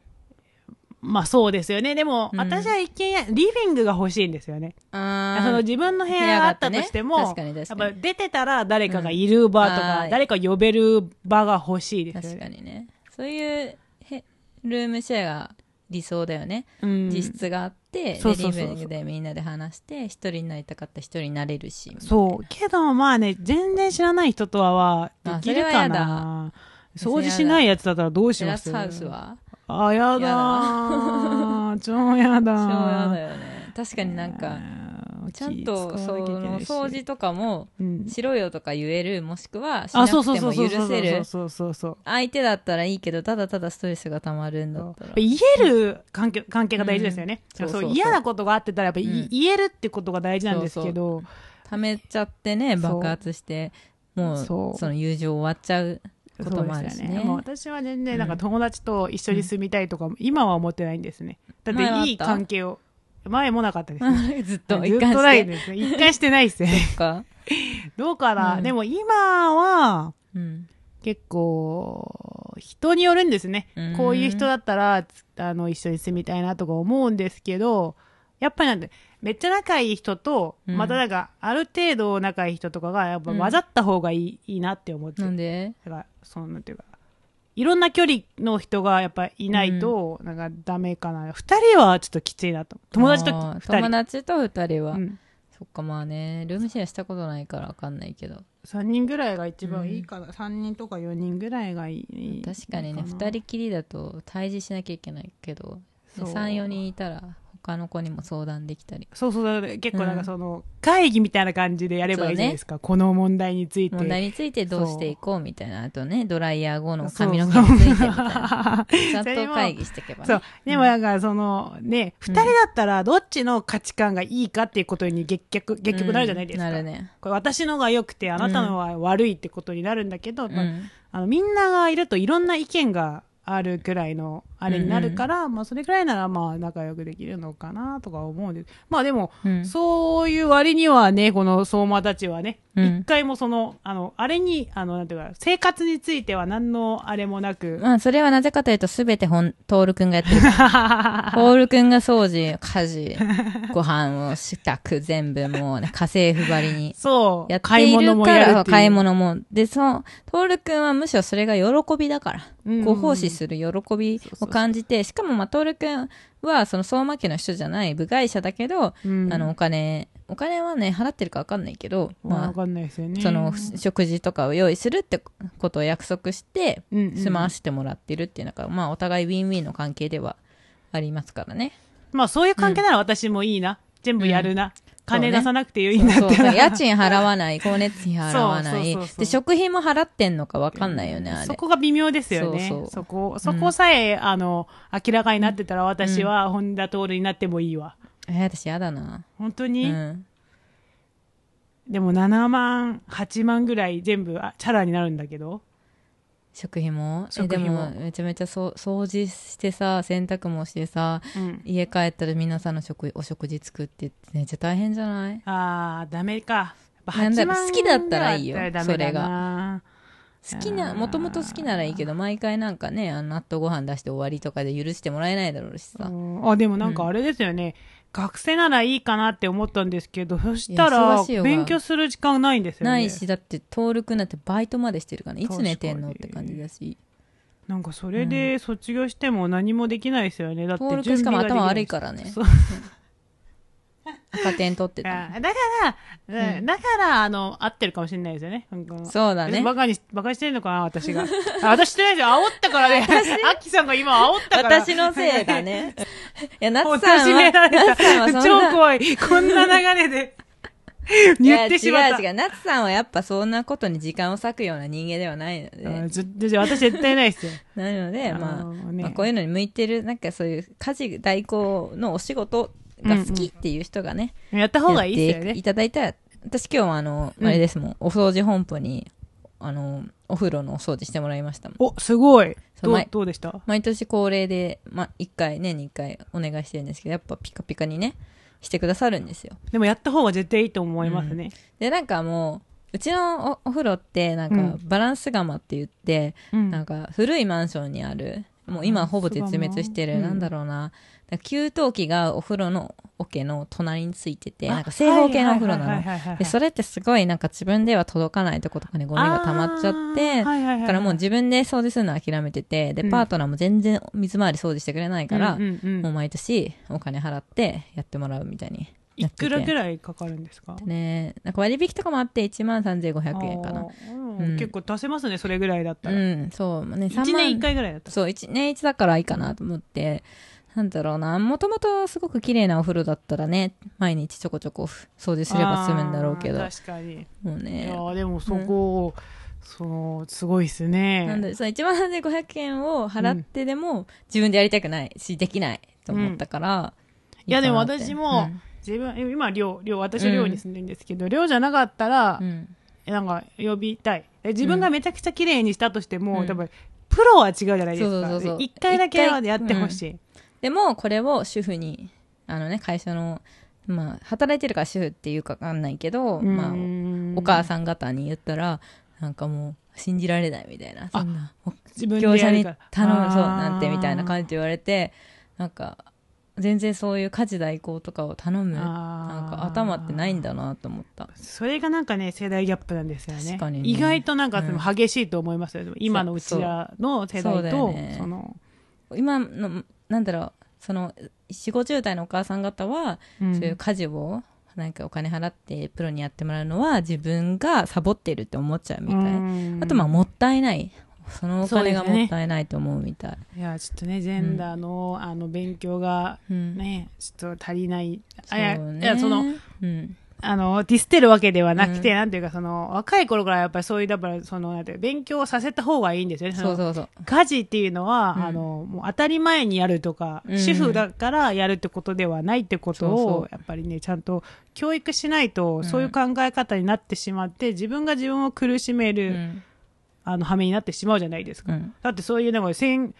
[SPEAKER 2] まあそうですよねでも、
[SPEAKER 1] うん
[SPEAKER 2] 私は一軒家リビングが欲しいんですよね
[SPEAKER 1] あー
[SPEAKER 2] その自分の部屋があったとしても、
[SPEAKER 1] 部屋があってね確かに確かに
[SPEAKER 2] やっぱ出てたら誰かがいる場と
[SPEAKER 1] うん
[SPEAKER 2] か、
[SPEAKER 1] はい
[SPEAKER 2] 誰か呼べる場が欲しいですよ
[SPEAKER 1] 確か
[SPEAKER 2] ね。
[SPEAKER 1] にねそういうへルームシェアが理想だよね、
[SPEAKER 2] うん
[SPEAKER 1] 実質があって
[SPEAKER 2] そう
[SPEAKER 1] で
[SPEAKER 2] そうそう
[SPEAKER 1] リ
[SPEAKER 2] そう
[SPEAKER 1] ビングでみんなで話して一人になりたかったら一人になれるしみたいな
[SPEAKER 2] そう。けど、まあね、全然知らない人とはは、で
[SPEAKER 1] あ
[SPEAKER 2] きるか
[SPEAKER 1] それはや
[SPEAKER 2] な。
[SPEAKER 1] それは
[SPEAKER 2] 掃
[SPEAKER 1] やだ
[SPEAKER 2] 除しないやつだったらどうし
[SPEAKER 1] テ
[SPEAKER 2] ま
[SPEAKER 1] ラ
[SPEAKER 2] す
[SPEAKER 1] スハウスは
[SPEAKER 2] あ、やだ
[SPEAKER 1] や
[SPEAKER 2] ー。 超やだ
[SPEAKER 1] そう
[SPEAKER 2] ー。
[SPEAKER 1] だよね確かになんか
[SPEAKER 2] えー
[SPEAKER 1] ちゃんと
[SPEAKER 2] 気
[SPEAKER 1] そ
[SPEAKER 2] 使わなきゃいけな
[SPEAKER 1] の
[SPEAKER 2] いし
[SPEAKER 1] 掃除とかも
[SPEAKER 2] うん
[SPEAKER 1] しろよとか言えるもしくはしな
[SPEAKER 2] あ、そうそう
[SPEAKER 1] くて
[SPEAKER 2] そ
[SPEAKER 1] も
[SPEAKER 2] うそう
[SPEAKER 1] 許
[SPEAKER 2] そう
[SPEAKER 1] せる
[SPEAKER 2] そうそうそう。
[SPEAKER 1] 相手だったらいいけどただただストレスがたまるんだったら
[SPEAKER 2] 言える関係関係が大事ですよね、
[SPEAKER 1] う
[SPEAKER 2] そ
[SPEAKER 1] ん
[SPEAKER 2] う
[SPEAKER 1] そうそうそう
[SPEAKER 2] 嫌なことがあってたらやっぱり、
[SPEAKER 1] うん
[SPEAKER 2] 言えるってことが大事なんですけど
[SPEAKER 1] 溜めちゃってね
[SPEAKER 2] そう
[SPEAKER 1] 爆発してもう
[SPEAKER 2] そう
[SPEAKER 1] その友情終わっ ちゃう
[SPEAKER 2] そう
[SPEAKER 1] こともあるしね
[SPEAKER 2] ですよもう私は全然
[SPEAKER 1] うん
[SPEAKER 2] なんか友達と一緒に住みたいとか、今は思ってないんですねだって
[SPEAKER 1] 前はあった
[SPEAKER 2] いい関係を前もなかったですね
[SPEAKER 1] ずっ
[SPEAKER 2] ずっ
[SPEAKER 1] と一
[SPEAKER 2] と
[SPEAKER 1] 貫
[SPEAKER 2] な
[SPEAKER 1] し
[SPEAKER 2] い
[SPEAKER 1] て
[SPEAKER 2] ですね一貫してない ですね
[SPEAKER 1] か、
[SPEAKER 2] どうかな、
[SPEAKER 1] うん
[SPEAKER 2] でも今は
[SPEAKER 1] うん、
[SPEAKER 2] 結構人によるんですね、
[SPEAKER 1] うん
[SPEAKER 2] こういう人だったらつあの一緒に住みたいなとか思うんですけどやっぱりなんでめっちゃ仲いい人と、
[SPEAKER 1] うん
[SPEAKER 2] またなんかある程度仲いい人とかがやっぱ
[SPEAKER 1] うん
[SPEAKER 2] 混ざった方がいい,、いいなって思って
[SPEAKER 1] なんで
[SPEAKER 2] だからそのなんていうかいろんな距離の人がやっぱいないと、なんかダメかな二人はちょっときついなと友達と
[SPEAKER 1] あー
[SPEAKER 2] 二人
[SPEAKER 1] 友達と2人は、
[SPEAKER 2] うん、
[SPEAKER 1] そっかまあねルームシェアしたことないから分かんないけど
[SPEAKER 2] 3人ぐらいが一番いいかな、三3人とか4人ぐらいがいい
[SPEAKER 1] 確かにね
[SPEAKER 2] 二
[SPEAKER 1] 2人きりだと対峙しなきゃいけないけど34人いたら他の子にも相談できたり
[SPEAKER 2] そうそうだから結構なん
[SPEAKER 1] う
[SPEAKER 2] か
[SPEAKER 1] ん
[SPEAKER 2] その、会議みたいな感じでやればいいじゃないですか、この問題について
[SPEAKER 1] 問題についてどうしていこうみたいなあとねドライヤー後の髪の毛
[SPEAKER 2] そう
[SPEAKER 1] に
[SPEAKER 2] そう
[SPEAKER 1] ついてみたいなちゃん
[SPEAKER 2] それ
[SPEAKER 1] と
[SPEAKER 2] も
[SPEAKER 1] 会議していけば
[SPEAKER 2] そ
[SPEAKER 1] ね
[SPEAKER 2] うでもだからそのね二、人だったらどっちの価値観がいいかっていうことに結局結局なるじゃないですか、
[SPEAKER 1] うんなるね
[SPEAKER 2] これ私のが良くてあなたのは悪いってことになるんだけど、
[SPEAKER 1] う
[SPEAKER 2] まあ
[SPEAKER 1] ん
[SPEAKER 2] あのみんながいるといろんな意見があるくらいのあれになるから、まあ、それくらいならまあ仲良くできるのかなとか思うんですまあでも、
[SPEAKER 1] うん
[SPEAKER 2] そういう割にはねこの相馬たちはね一、
[SPEAKER 1] うん
[SPEAKER 2] 回もそのあのあれにあのなんていうか生活については何のあれもなく、
[SPEAKER 1] まあそれはなぜかというと全てほんトールくんがやって るホール君が掃除、家事、ご飯を支度、全部もうね、家政婦ばりに。
[SPEAKER 2] そう
[SPEAKER 1] やって
[SPEAKER 2] 買い
[SPEAKER 1] いるから、
[SPEAKER 2] 物もやるっていう
[SPEAKER 1] 買い物も。で、その、トール君はむしろそれが喜びだから。
[SPEAKER 2] うん
[SPEAKER 1] ご奉仕する喜びを感じて、しかも、まあ、トール君は、その、相馬家の人じゃない、部外者だけど、
[SPEAKER 2] うん
[SPEAKER 1] あの、お金、お金はね、払ってるかわかんないけど、
[SPEAKER 2] まあ、わ
[SPEAKER 1] まあ、
[SPEAKER 2] かんないですよね
[SPEAKER 1] その、食事とかを用意するってことを約束して、
[SPEAKER 2] うんうん
[SPEAKER 1] 済ましてもらってるっていうのが、まあ、お互いウィンウィンの関係ではありますからね。
[SPEAKER 2] まあそういう関係なら私もいいな、全部やるな、金出さなくていい
[SPEAKER 1] そ
[SPEAKER 2] ん
[SPEAKER 1] う
[SPEAKER 2] だった
[SPEAKER 1] そ
[SPEAKER 2] ら
[SPEAKER 1] う家賃払わない光熱費払わな
[SPEAKER 2] そうそう
[SPEAKER 1] い
[SPEAKER 2] そうそう
[SPEAKER 1] で食費も払ってんのか分かんないよねあ
[SPEAKER 2] そ
[SPEAKER 1] れ
[SPEAKER 2] こが微妙ですよね。そ
[SPEAKER 1] そうそう
[SPEAKER 2] こ、そこさえ、あの、明らかになってたら私は本田徹になってもいいわ。
[SPEAKER 1] えー私やだな
[SPEAKER 2] 本当
[SPEAKER 1] う
[SPEAKER 2] に、
[SPEAKER 1] ん
[SPEAKER 2] でも7万、8万ぐらい全部、あチャラになるんだけど。
[SPEAKER 1] 食費もえ
[SPEAKER 2] 食費も
[SPEAKER 1] でもめちゃめちゃそう掃除してさ洗濯もしてさ
[SPEAKER 2] うん。
[SPEAKER 1] 家帰ったら皆さんの食お食事作ってってめっちゃ大変じゃない
[SPEAKER 2] あー、ダメか。やっぱ
[SPEAKER 1] なんだ
[SPEAKER 2] 8
[SPEAKER 1] ろう
[SPEAKER 2] 万
[SPEAKER 1] 好きだったらいいよ
[SPEAKER 2] ぐらだったらダメだな。
[SPEAKER 1] 好きなもともと好きならいいけど毎回なんかねあの納豆ご飯出して終わりとかで許してもらえないだろうしさ
[SPEAKER 2] うんあ、でもなんかあれですよね。学生ならいいかなって思ったんですけど、そした
[SPEAKER 1] いや
[SPEAKER 2] ら
[SPEAKER 1] 忙しい、よ
[SPEAKER 2] 勉強する時間ないんですよね。
[SPEAKER 1] ないしだって登録なんてバイトまでしてるからいつ寝てんのっ
[SPEAKER 2] 確か
[SPEAKER 1] て
[SPEAKER 2] に
[SPEAKER 1] 感じだし
[SPEAKER 2] なんかそれで卒業しても何もできないですよね。だって
[SPEAKER 1] 登
[SPEAKER 2] 準
[SPEAKER 1] 録しかも
[SPEAKER 2] 備ができ
[SPEAKER 1] 頭
[SPEAKER 2] ない
[SPEAKER 1] 悪いからね
[SPEAKER 2] そう
[SPEAKER 1] 赤点取ってたもん
[SPEAKER 2] あだから、うんだから、あの、合ってるかもしれないですよね。なんか
[SPEAKER 1] そうだね
[SPEAKER 2] バカに、バカにしてんのかな、私が。あ私してないですよ。煽ったから ね。アッキーさんが今煽ったから。
[SPEAKER 1] 私のせいだね。いや、
[SPEAKER 2] もう
[SPEAKER 1] 夏さん
[SPEAKER 2] 私めら
[SPEAKER 1] は、
[SPEAKER 2] れた
[SPEAKER 1] 夏さんはそん
[SPEAKER 2] 超
[SPEAKER 1] な、
[SPEAKER 2] 怖い。こんな流れで。言ってしまった
[SPEAKER 1] いや違う違う夏さんはやっぱそんなことに時間を割くような人間ではないので、
[SPEAKER 2] あずじゃあ私絶対ない ですよ。
[SPEAKER 1] なのでまあ
[SPEAKER 2] のね
[SPEAKER 1] まあ、こういうのに向いてるなんかそういう家事代行のお仕事が好きっていう人がね、
[SPEAKER 2] やった方がいいで
[SPEAKER 1] や
[SPEAKER 2] す
[SPEAKER 1] っ
[SPEAKER 2] よ
[SPEAKER 1] て
[SPEAKER 2] ね
[SPEAKER 1] い。ただいたら私今日はあの、
[SPEAKER 2] うん
[SPEAKER 1] あれですもんお掃除本舗にあのお風呂のお掃除してもらいましたもん
[SPEAKER 2] おすごい
[SPEAKER 1] そう
[SPEAKER 2] どう
[SPEAKER 1] 前
[SPEAKER 2] どうでした
[SPEAKER 1] 毎年恒例で、まあ、1回年に1回お願いしてるんですけどやっぱピカピカにねしてくださるんですよ
[SPEAKER 2] でもやった方が絶対いいと思いますね。
[SPEAKER 1] でなんかもううちのおお風呂ってなん
[SPEAKER 2] う
[SPEAKER 1] か
[SPEAKER 2] ん
[SPEAKER 1] バランス釜って言って、
[SPEAKER 2] うん
[SPEAKER 1] なんか古いマンションにあるもう今ほぼ絶滅して
[SPEAKER 2] あそ
[SPEAKER 1] る
[SPEAKER 2] うだな
[SPEAKER 1] なんだろうななんか給湯器がお風呂の桶の隣についてて
[SPEAKER 2] あ
[SPEAKER 1] なんか正方形のお風呂
[SPEAKER 2] はい
[SPEAKER 1] な
[SPEAKER 2] はい
[SPEAKER 1] の
[SPEAKER 2] はいはいはい
[SPEAKER 1] でそれってすごいなんか自分では届かないとことかにゴミが溜まっちゃって
[SPEAKER 2] あーはいはいはいはい
[SPEAKER 1] だからもう自分で掃除するの諦めててで
[SPEAKER 2] うん
[SPEAKER 1] パートナーも全然水回り掃除してくれないから
[SPEAKER 2] うんうんうん
[SPEAKER 1] もう毎年お金払ってやってもらうみたいに
[SPEAKER 2] いくらぐ
[SPEAKER 1] い
[SPEAKER 2] らいかかるんですか
[SPEAKER 1] ねなんか割引とかもあって1万3500円か
[SPEAKER 2] あ
[SPEAKER 1] な
[SPEAKER 2] ーうん
[SPEAKER 1] うん
[SPEAKER 2] 結構出せますねそれぐらいだった
[SPEAKER 1] う
[SPEAKER 2] ら、
[SPEAKER 1] んそうまあね3万
[SPEAKER 2] 1年1回ぐらいだったら
[SPEAKER 1] そう、一年一だからいいかなと思って、なんだろうな、もともとすごく綺麗なお風呂だったらね、毎日ちょこちょこ掃除すれば済むんだろうけど、
[SPEAKER 2] あー確かに、
[SPEAKER 1] もう
[SPEAKER 2] いや
[SPEAKER 1] ね、
[SPEAKER 2] ーでもそこを、そのすごいですね
[SPEAKER 1] なんで、そう、1万3500円を払ってでも、自分でやりたくないし、できないと思ったから、
[SPEAKER 2] いやでも
[SPEAKER 1] いいかなって
[SPEAKER 2] 私も、自分今寮寮私寮に住んでるんですけど、寮じゃなかったら
[SPEAKER 1] うん、うん
[SPEAKER 2] なんか呼びたいで自分がめちゃくちゃ綺麗にしたとしても、
[SPEAKER 1] うん
[SPEAKER 2] 多分プロは違うじゃないです
[SPEAKER 1] そうそうそうそ
[SPEAKER 2] か
[SPEAKER 1] う
[SPEAKER 2] 一回だけはやってほしい、
[SPEAKER 1] でも、これを主婦に、あのね、会社の、まあ、働いてるから主婦っていうかわかんないけど、まあ、
[SPEAKER 2] ま
[SPEAKER 1] お母さん方に言ったら、なんかもう、信じられないみたいな、そんな。
[SPEAKER 2] 自分で
[SPEAKER 1] 業者
[SPEAKER 2] やる
[SPEAKER 1] に
[SPEAKER 2] から
[SPEAKER 1] 頼むそう
[SPEAKER 2] あー
[SPEAKER 1] なんてみたいな感じで言われてなんか全然そういう家事代行とかを頼むなん
[SPEAKER 2] あー
[SPEAKER 1] か頭ってないんだなと思った
[SPEAKER 2] それがなんかね世代ギャップなんですよね
[SPEAKER 1] 確かにね
[SPEAKER 2] 意外となんかその
[SPEAKER 1] うん
[SPEAKER 2] 激しいと思いますよ、でも今のうちらの世代
[SPEAKER 1] そうだ
[SPEAKER 2] と
[SPEAKER 1] よね
[SPEAKER 2] その、
[SPEAKER 1] 今のなんだろうその4 5 0代のお母さん方は、
[SPEAKER 2] うん
[SPEAKER 1] そういう家事をなんかお金払ってプロにやってもらうのは自分がサボってるって思っちゃうみたい、
[SPEAKER 2] うん
[SPEAKER 1] あとまあもったいないそのお金
[SPEAKER 2] そ
[SPEAKER 1] が
[SPEAKER 2] うですね
[SPEAKER 1] もったいないと思うみたい
[SPEAKER 2] いやちょっとねジェンダーの,、あの勉強が
[SPEAKER 1] うん
[SPEAKER 2] ねちょっと足りない
[SPEAKER 1] そ
[SPEAKER 2] あ
[SPEAKER 1] う
[SPEAKER 2] いや
[SPEAKER 1] ね
[SPEAKER 2] いやその
[SPEAKER 1] うん
[SPEAKER 2] あのディスってるわけではなくて、
[SPEAKER 1] うん
[SPEAKER 2] なんていうかその若い頃からやっぱりそういうだからそのなんていうか勉強させた方がいいんですよね
[SPEAKER 1] そう
[SPEAKER 2] の
[SPEAKER 1] そうそう
[SPEAKER 2] 家事っていうのは、
[SPEAKER 1] うん
[SPEAKER 2] あのもう当たり前にやるとか、
[SPEAKER 1] うん
[SPEAKER 2] 主婦だからやるってことではないってことを
[SPEAKER 1] そうそう
[SPEAKER 2] やっぱりねちゃんと教育しないと、
[SPEAKER 1] ん
[SPEAKER 2] そういう考え方になってしまって自分が自分を苦しめ
[SPEAKER 1] う
[SPEAKER 2] る、
[SPEAKER 1] ん
[SPEAKER 2] あの羽目になってしまうじゃないですか、
[SPEAKER 1] うん
[SPEAKER 2] だってそういうなんか1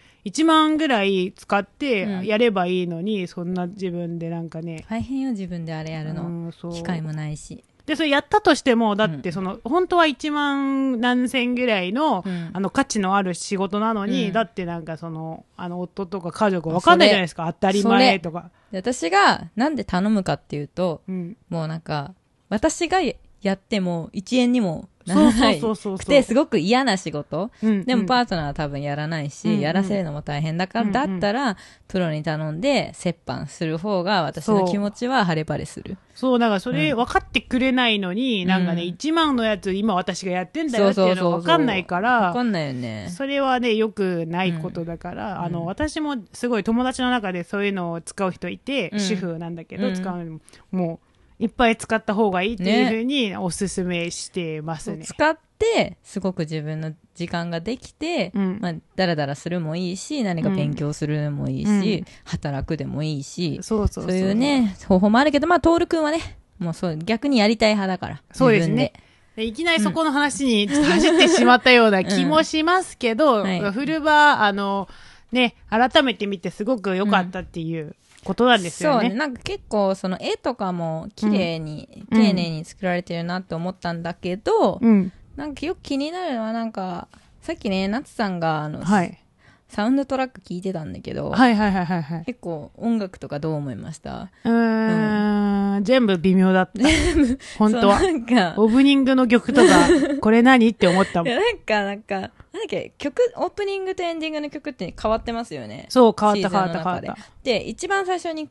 [SPEAKER 2] 万ぐらい使って
[SPEAKER 1] うん
[SPEAKER 2] やればいいのに、そんな自分でなんかね
[SPEAKER 1] 大変よ自分であれやるの、
[SPEAKER 2] うんそう
[SPEAKER 1] 機会もないし、
[SPEAKER 2] でそれやったとしてもだっ
[SPEAKER 1] う
[SPEAKER 2] て
[SPEAKER 1] ん
[SPEAKER 2] その、本当は1万何千ぐらいの,、
[SPEAKER 1] うん
[SPEAKER 2] あの価値のある仕事なのに、
[SPEAKER 1] うん
[SPEAKER 2] だってなんかそのあの夫とか家族わかんないじゃないですか当たり前とか、
[SPEAKER 1] で私がなんで頼むかっていうと
[SPEAKER 2] うん、
[SPEAKER 1] もうなんか私がやっても1円にもな
[SPEAKER 2] そう
[SPEAKER 1] ら
[SPEAKER 2] そ
[SPEAKER 1] な
[SPEAKER 2] う
[SPEAKER 1] い
[SPEAKER 2] そうそう
[SPEAKER 1] くてすごく嫌な仕事
[SPEAKER 2] うん
[SPEAKER 1] でもパ
[SPEAKER 2] うん
[SPEAKER 1] ートナーは多分やらないし、
[SPEAKER 2] うんうん
[SPEAKER 1] やらせるのも大変だから、
[SPEAKER 2] うんうん
[SPEAKER 1] だったらプロに頼んで折半する方が私の気持ちは晴れ晴れする
[SPEAKER 2] そうだからそれ分かってくれないのに、
[SPEAKER 1] うん
[SPEAKER 2] なんかね1万のやつ今私がやってんだよっていうのが分かんないから
[SPEAKER 1] 分かんないよね
[SPEAKER 2] それはねよくないことだから、
[SPEAKER 1] うん
[SPEAKER 2] あ
[SPEAKER 1] う
[SPEAKER 2] の
[SPEAKER 1] ん
[SPEAKER 2] 私もすごい友達の中でそういうのを使う人いて、
[SPEAKER 1] うん
[SPEAKER 2] 主婦なんだけど、
[SPEAKER 1] うん
[SPEAKER 2] 使うのももういっぱい使った方がいいっていうふうにおすすめしてますね。
[SPEAKER 1] 使ってすごく自分の時間ができて、
[SPEAKER 2] うん
[SPEAKER 1] まあ、だらだらするもいいし何か勉強するのもいいし、
[SPEAKER 2] うん
[SPEAKER 1] 働くでもいいし、
[SPEAKER 2] そうそうそう
[SPEAKER 1] そういうね方法もあるけどまあ徹君はねもうそう逆にやりたい派だから
[SPEAKER 2] そうですね
[SPEAKER 1] 自分
[SPEAKER 2] でいきなりそこの話にちょっと走ってしまったような気もしますけど、
[SPEAKER 1] うんはい
[SPEAKER 2] フルバあのね改めて見てすごく良かったっていうことなん
[SPEAKER 1] で
[SPEAKER 2] です
[SPEAKER 1] そ
[SPEAKER 2] よ
[SPEAKER 1] うね
[SPEAKER 2] ね。
[SPEAKER 1] なんか結構その絵とかも綺麗に、
[SPEAKER 2] うん
[SPEAKER 1] 丁寧に作られてるなって思ったんだけど、
[SPEAKER 2] うん、
[SPEAKER 1] なんかよく気になるのはなんかさっきね夏さんがあの、
[SPEAKER 2] はい、
[SPEAKER 1] サウンドトラック聞いてたんだけど、
[SPEAKER 2] はいはいはいはいはい。
[SPEAKER 1] 結構音楽とかどう思いました
[SPEAKER 2] うーん、全部微妙だ った。本当は
[SPEAKER 1] そう。なんか
[SPEAKER 2] オープニングの曲とか、 これ何って思った
[SPEAKER 1] い
[SPEAKER 2] もん。
[SPEAKER 1] やなんかなんかなんだっけ曲オープニングとエンディングの曲って変わってますよね
[SPEAKER 2] そう、変わった
[SPEAKER 1] シ
[SPEAKER 2] 変わ
[SPEAKER 1] ー
[SPEAKER 2] っ
[SPEAKER 1] ズンの
[SPEAKER 2] た変わ
[SPEAKER 1] 中
[SPEAKER 2] っ
[SPEAKER 1] で
[SPEAKER 2] た。
[SPEAKER 1] で一番最初に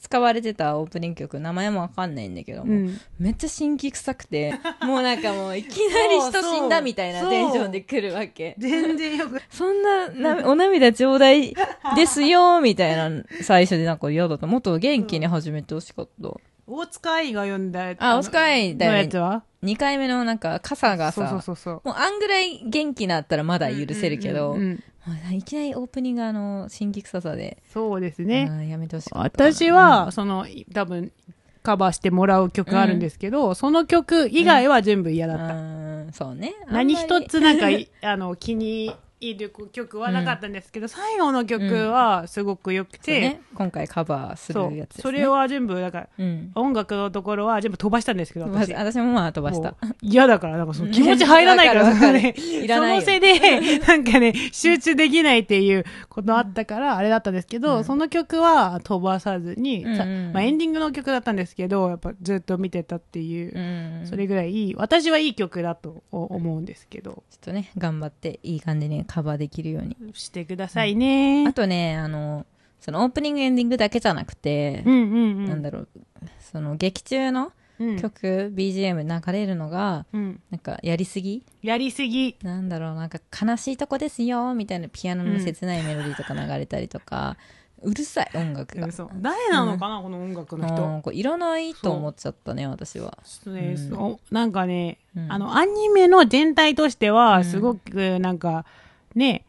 [SPEAKER 1] 使われてたオープニング曲名前もわかんないんだけど
[SPEAKER 2] う
[SPEAKER 1] も、
[SPEAKER 2] ん。
[SPEAKER 1] めっちゃ新規臭く てもうなんかもういきなり人死んだみたいな
[SPEAKER 2] そう
[SPEAKER 1] テンションで来るわけ
[SPEAKER 2] 全然よく。
[SPEAKER 1] そんななお涙ちょうだいですよみたいな最初でなんか嫌だったもっと元気に始めてほしかった、
[SPEAKER 2] 大塚愛が読んだやつ
[SPEAKER 1] あ、オスカーアイ
[SPEAKER 2] の
[SPEAKER 1] だ
[SPEAKER 2] や
[SPEAKER 1] よ
[SPEAKER 2] つ
[SPEAKER 1] ね。
[SPEAKER 2] は
[SPEAKER 1] 2回目のなんか傘が
[SPEAKER 2] そうそう
[SPEAKER 1] さ、
[SPEAKER 2] そうそう。
[SPEAKER 1] もうあんぐらい元気なったらまだ許せるけど、
[SPEAKER 2] うんうんうんうん
[SPEAKER 1] もういきなりオープニングあの、新規臭さで、
[SPEAKER 2] そうです
[SPEAKER 1] あ
[SPEAKER 2] ね。
[SPEAKER 1] ーやめてほしかったな。
[SPEAKER 2] 私は、その、い多分、カバーしてもらう曲あるんですけど、その曲以外は全部嫌
[SPEAKER 1] う
[SPEAKER 2] だった。
[SPEAKER 1] ん、そうね。
[SPEAKER 2] 何
[SPEAKER 1] あんま
[SPEAKER 2] 一
[SPEAKER 1] り
[SPEAKER 2] つなんかい、 あの、気に入る曲はなかったんですけど、最後の曲はすごく良く
[SPEAKER 1] そうね
[SPEAKER 2] て、、
[SPEAKER 1] 今回カバーす
[SPEAKER 2] そう,、
[SPEAKER 1] るやつです、ね。
[SPEAKER 2] それは全部、だから、
[SPEAKER 1] うん。
[SPEAKER 2] 音楽のところは全部飛ばしたんですけど、
[SPEAKER 1] 私
[SPEAKER 2] 私。
[SPEAKER 1] 私もまあ飛ばした
[SPEAKER 2] も。う嫌だから、なんかその気持ち入らないから、
[SPEAKER 1] わかるわか
[SPEAKER 2] ね
[SPEAKER 1] る、いらないよ
[SPEAKER 2] そのせいで、なんかね、集中できないっていうことあったから、あれだったんですけど、
[SPEAKER 1] うん
[SPEAKER 2] その曲は飛ばさずに、
[SPEAKER 1] うんうん
[SPEAKER 2] さまあ、エンディングの曲だったんですけど、やっぱずっと見てたっていう、
[SPEAKER 1] うん。
[SPEAKER 2] それぐらいいい、私はいい曲だと思うんですけど、
[SPEAKER 1] ちょっとね、頑張っていい感じにカバーできるように。
[SPEAKER 2] してくださいね。
[SPEAKER 1] あとね、あの、そのオープニングエンディングだけじゃなくて
[SPEAKER 2] う、んうんうん。
[SPEAKER 1] なんだろう、その劇中の
[SPEAKER 2] うん
[SPEAKER 1] 曲、BGM 流れるのが、
[SPEAKER 2] うん
[SPEAKER 1] なんかやりすぎ
[SPEAKER 2] やりすぎ。
[SPEAKER 1] なんだろう、なんか悲しいとこですよ、みたいなピアノの切ないメロディーとか流れたりとか、うるさい音楽が。
[SPEAKER 2] そう誰なのかな、この音楽の人。
[SPEAKER 1] うんこういらないと思っちゃったね、私は。
[SPEAKER 2] ちょっとね、
[SPEAKER 1] うん
[SPEAKER 2] そうなんかね、
[SPEAKER 1] うん
[SPEAKER 2] あの、アニメの全体として
[SPEAKER 1] う
[SPEAKER 2] は、
[SPEAKER 1] ん
[SPEAKER 2] すごく、なんか、ね、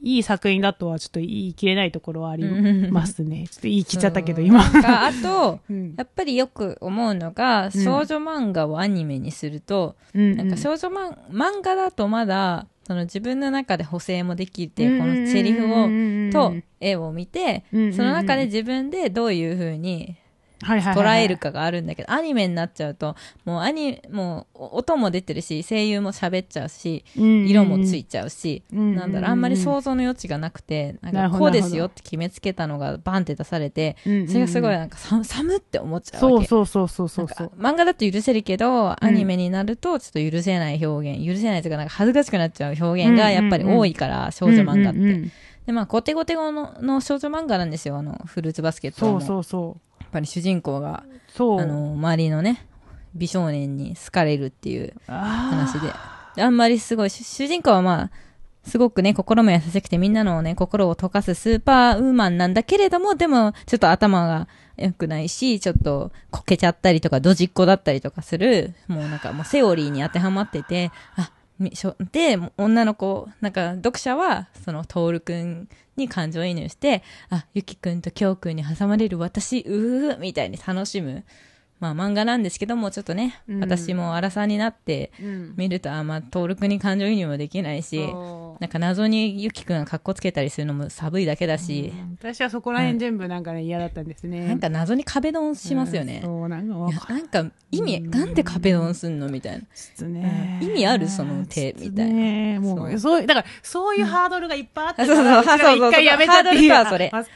[SPEAKER 2] いい作品だとはちょっと言い切れないところはありますね。ちょっと言い切っちゃったけど、今。
[SPEAKER 1] なんかあと、
[SPEAKER 2] うん
[SPEAKER 1] やっぱりよく思うのが、少女漫画をアニメにすると、なんか少女漫漫画だとまだその自分の中で補正もできて、このセリフを、と絵を見て、
[SPEAKER 2] うんうんうん
[SPEAKER 1] その中で自分でどういう風に捉
[SPEAKER 2] 捉
[SPEAKER 1] える。かがあるんだけど、アニメになっちゃうともうアニもうお音も出てるし声優も喋っちゃうし色もついちゃうし、
[SPEAKER 2] うんうんうん
[SPEAKER 1] なんだろうあんまり想像の余地がなくてなん
[SPEAKER 2] なる
[SPEAKER 1] か
[SPEAKER 2] ほど
[SPEAKER 1] こうですよって決めつけたのがバンって出されて、
[SPEAKER 2] うんうんうん
[SPEAKER 1] それがすごいなんかさ寒って思っちゃうわけ
[SPEAKER 2] そうそうそうそうそう
[SPEAKER 1] なんか
[SPEAKER 2] そう。
[SPEAKER 1] 漫画だと許せるけどアニメになるとちょっと許せない表現、許せないというかなんか恥ずかしくなっちゃう表現がやっぱり多いから、少女漫画って、
[SPEAKER 2] うんうんうん
[SPEAKER 1] でまあゴテゴテゴのの少女漫画なんですよあのフルーツバスケット
[SPEAKER 2] そ
[SPEAKER 1] も
[SPEAKER 2] うそうそ
[SPEAKER 1] やっぱり主人公が
[SPEAKER 2] う。そう。
[SPEAKER 1] あの周りのね美少年に好かれるっていう
[SPEAKER 2] あ
[SPEAKER 1] 話でであんまりすごい主主人公はまあすごくね心も優しくてみんなのね心を溶かすスーパーウーマンなんだけれどもでもちょっと頭が良くないしちょっとこけちゃったりとかドジっ子だったりとかするもうなんかもうセオリーに当てはまっててあみしょで女の子なんか読者はその徹くんに感情移入してあゆきくんときょうくんに挟まれる私うーみたいに楽しむまあ漫画なんですけどもちょっとね、
[SPEAKER 2] うん
[SPEAKER 1] 私も荒さになって
[SPEAKER 2] ー。うん
[SPEAKER 1] 見るとあんま登録に感情移入もできないし
[SPEAKER 2] そう
[SPEAKER 1] なんか謎にゆきくんがかっこつけたりするのも寒いだけだし、
[SPEAKER 2] 私はそこら辺全部なんかね、嫌だったんですね。
[SPEAKER 1] なんか謎に壁ドンしますよね
[SPEAKER 2] うん、そう、なんかわ
[SPEAKER 1] いやなんか意味なんで壁ドンすんのみたいな
[SPEAKER 2] ちょっとね、
[SPEAKER 1] うん意味あるその手みたいな
[SPEAKER 2] な。もう、そういう、だから、そういうハードルがいっぱいあった
[SPEAKER 1] うん
[SPEAKER 2] から、
[SPEAKER 1] あそうそう
[SPEAKER 2] ちらが一回やめたっていう。
[SPEAKER 1] ハードルと
[SPEAKER 2] あ。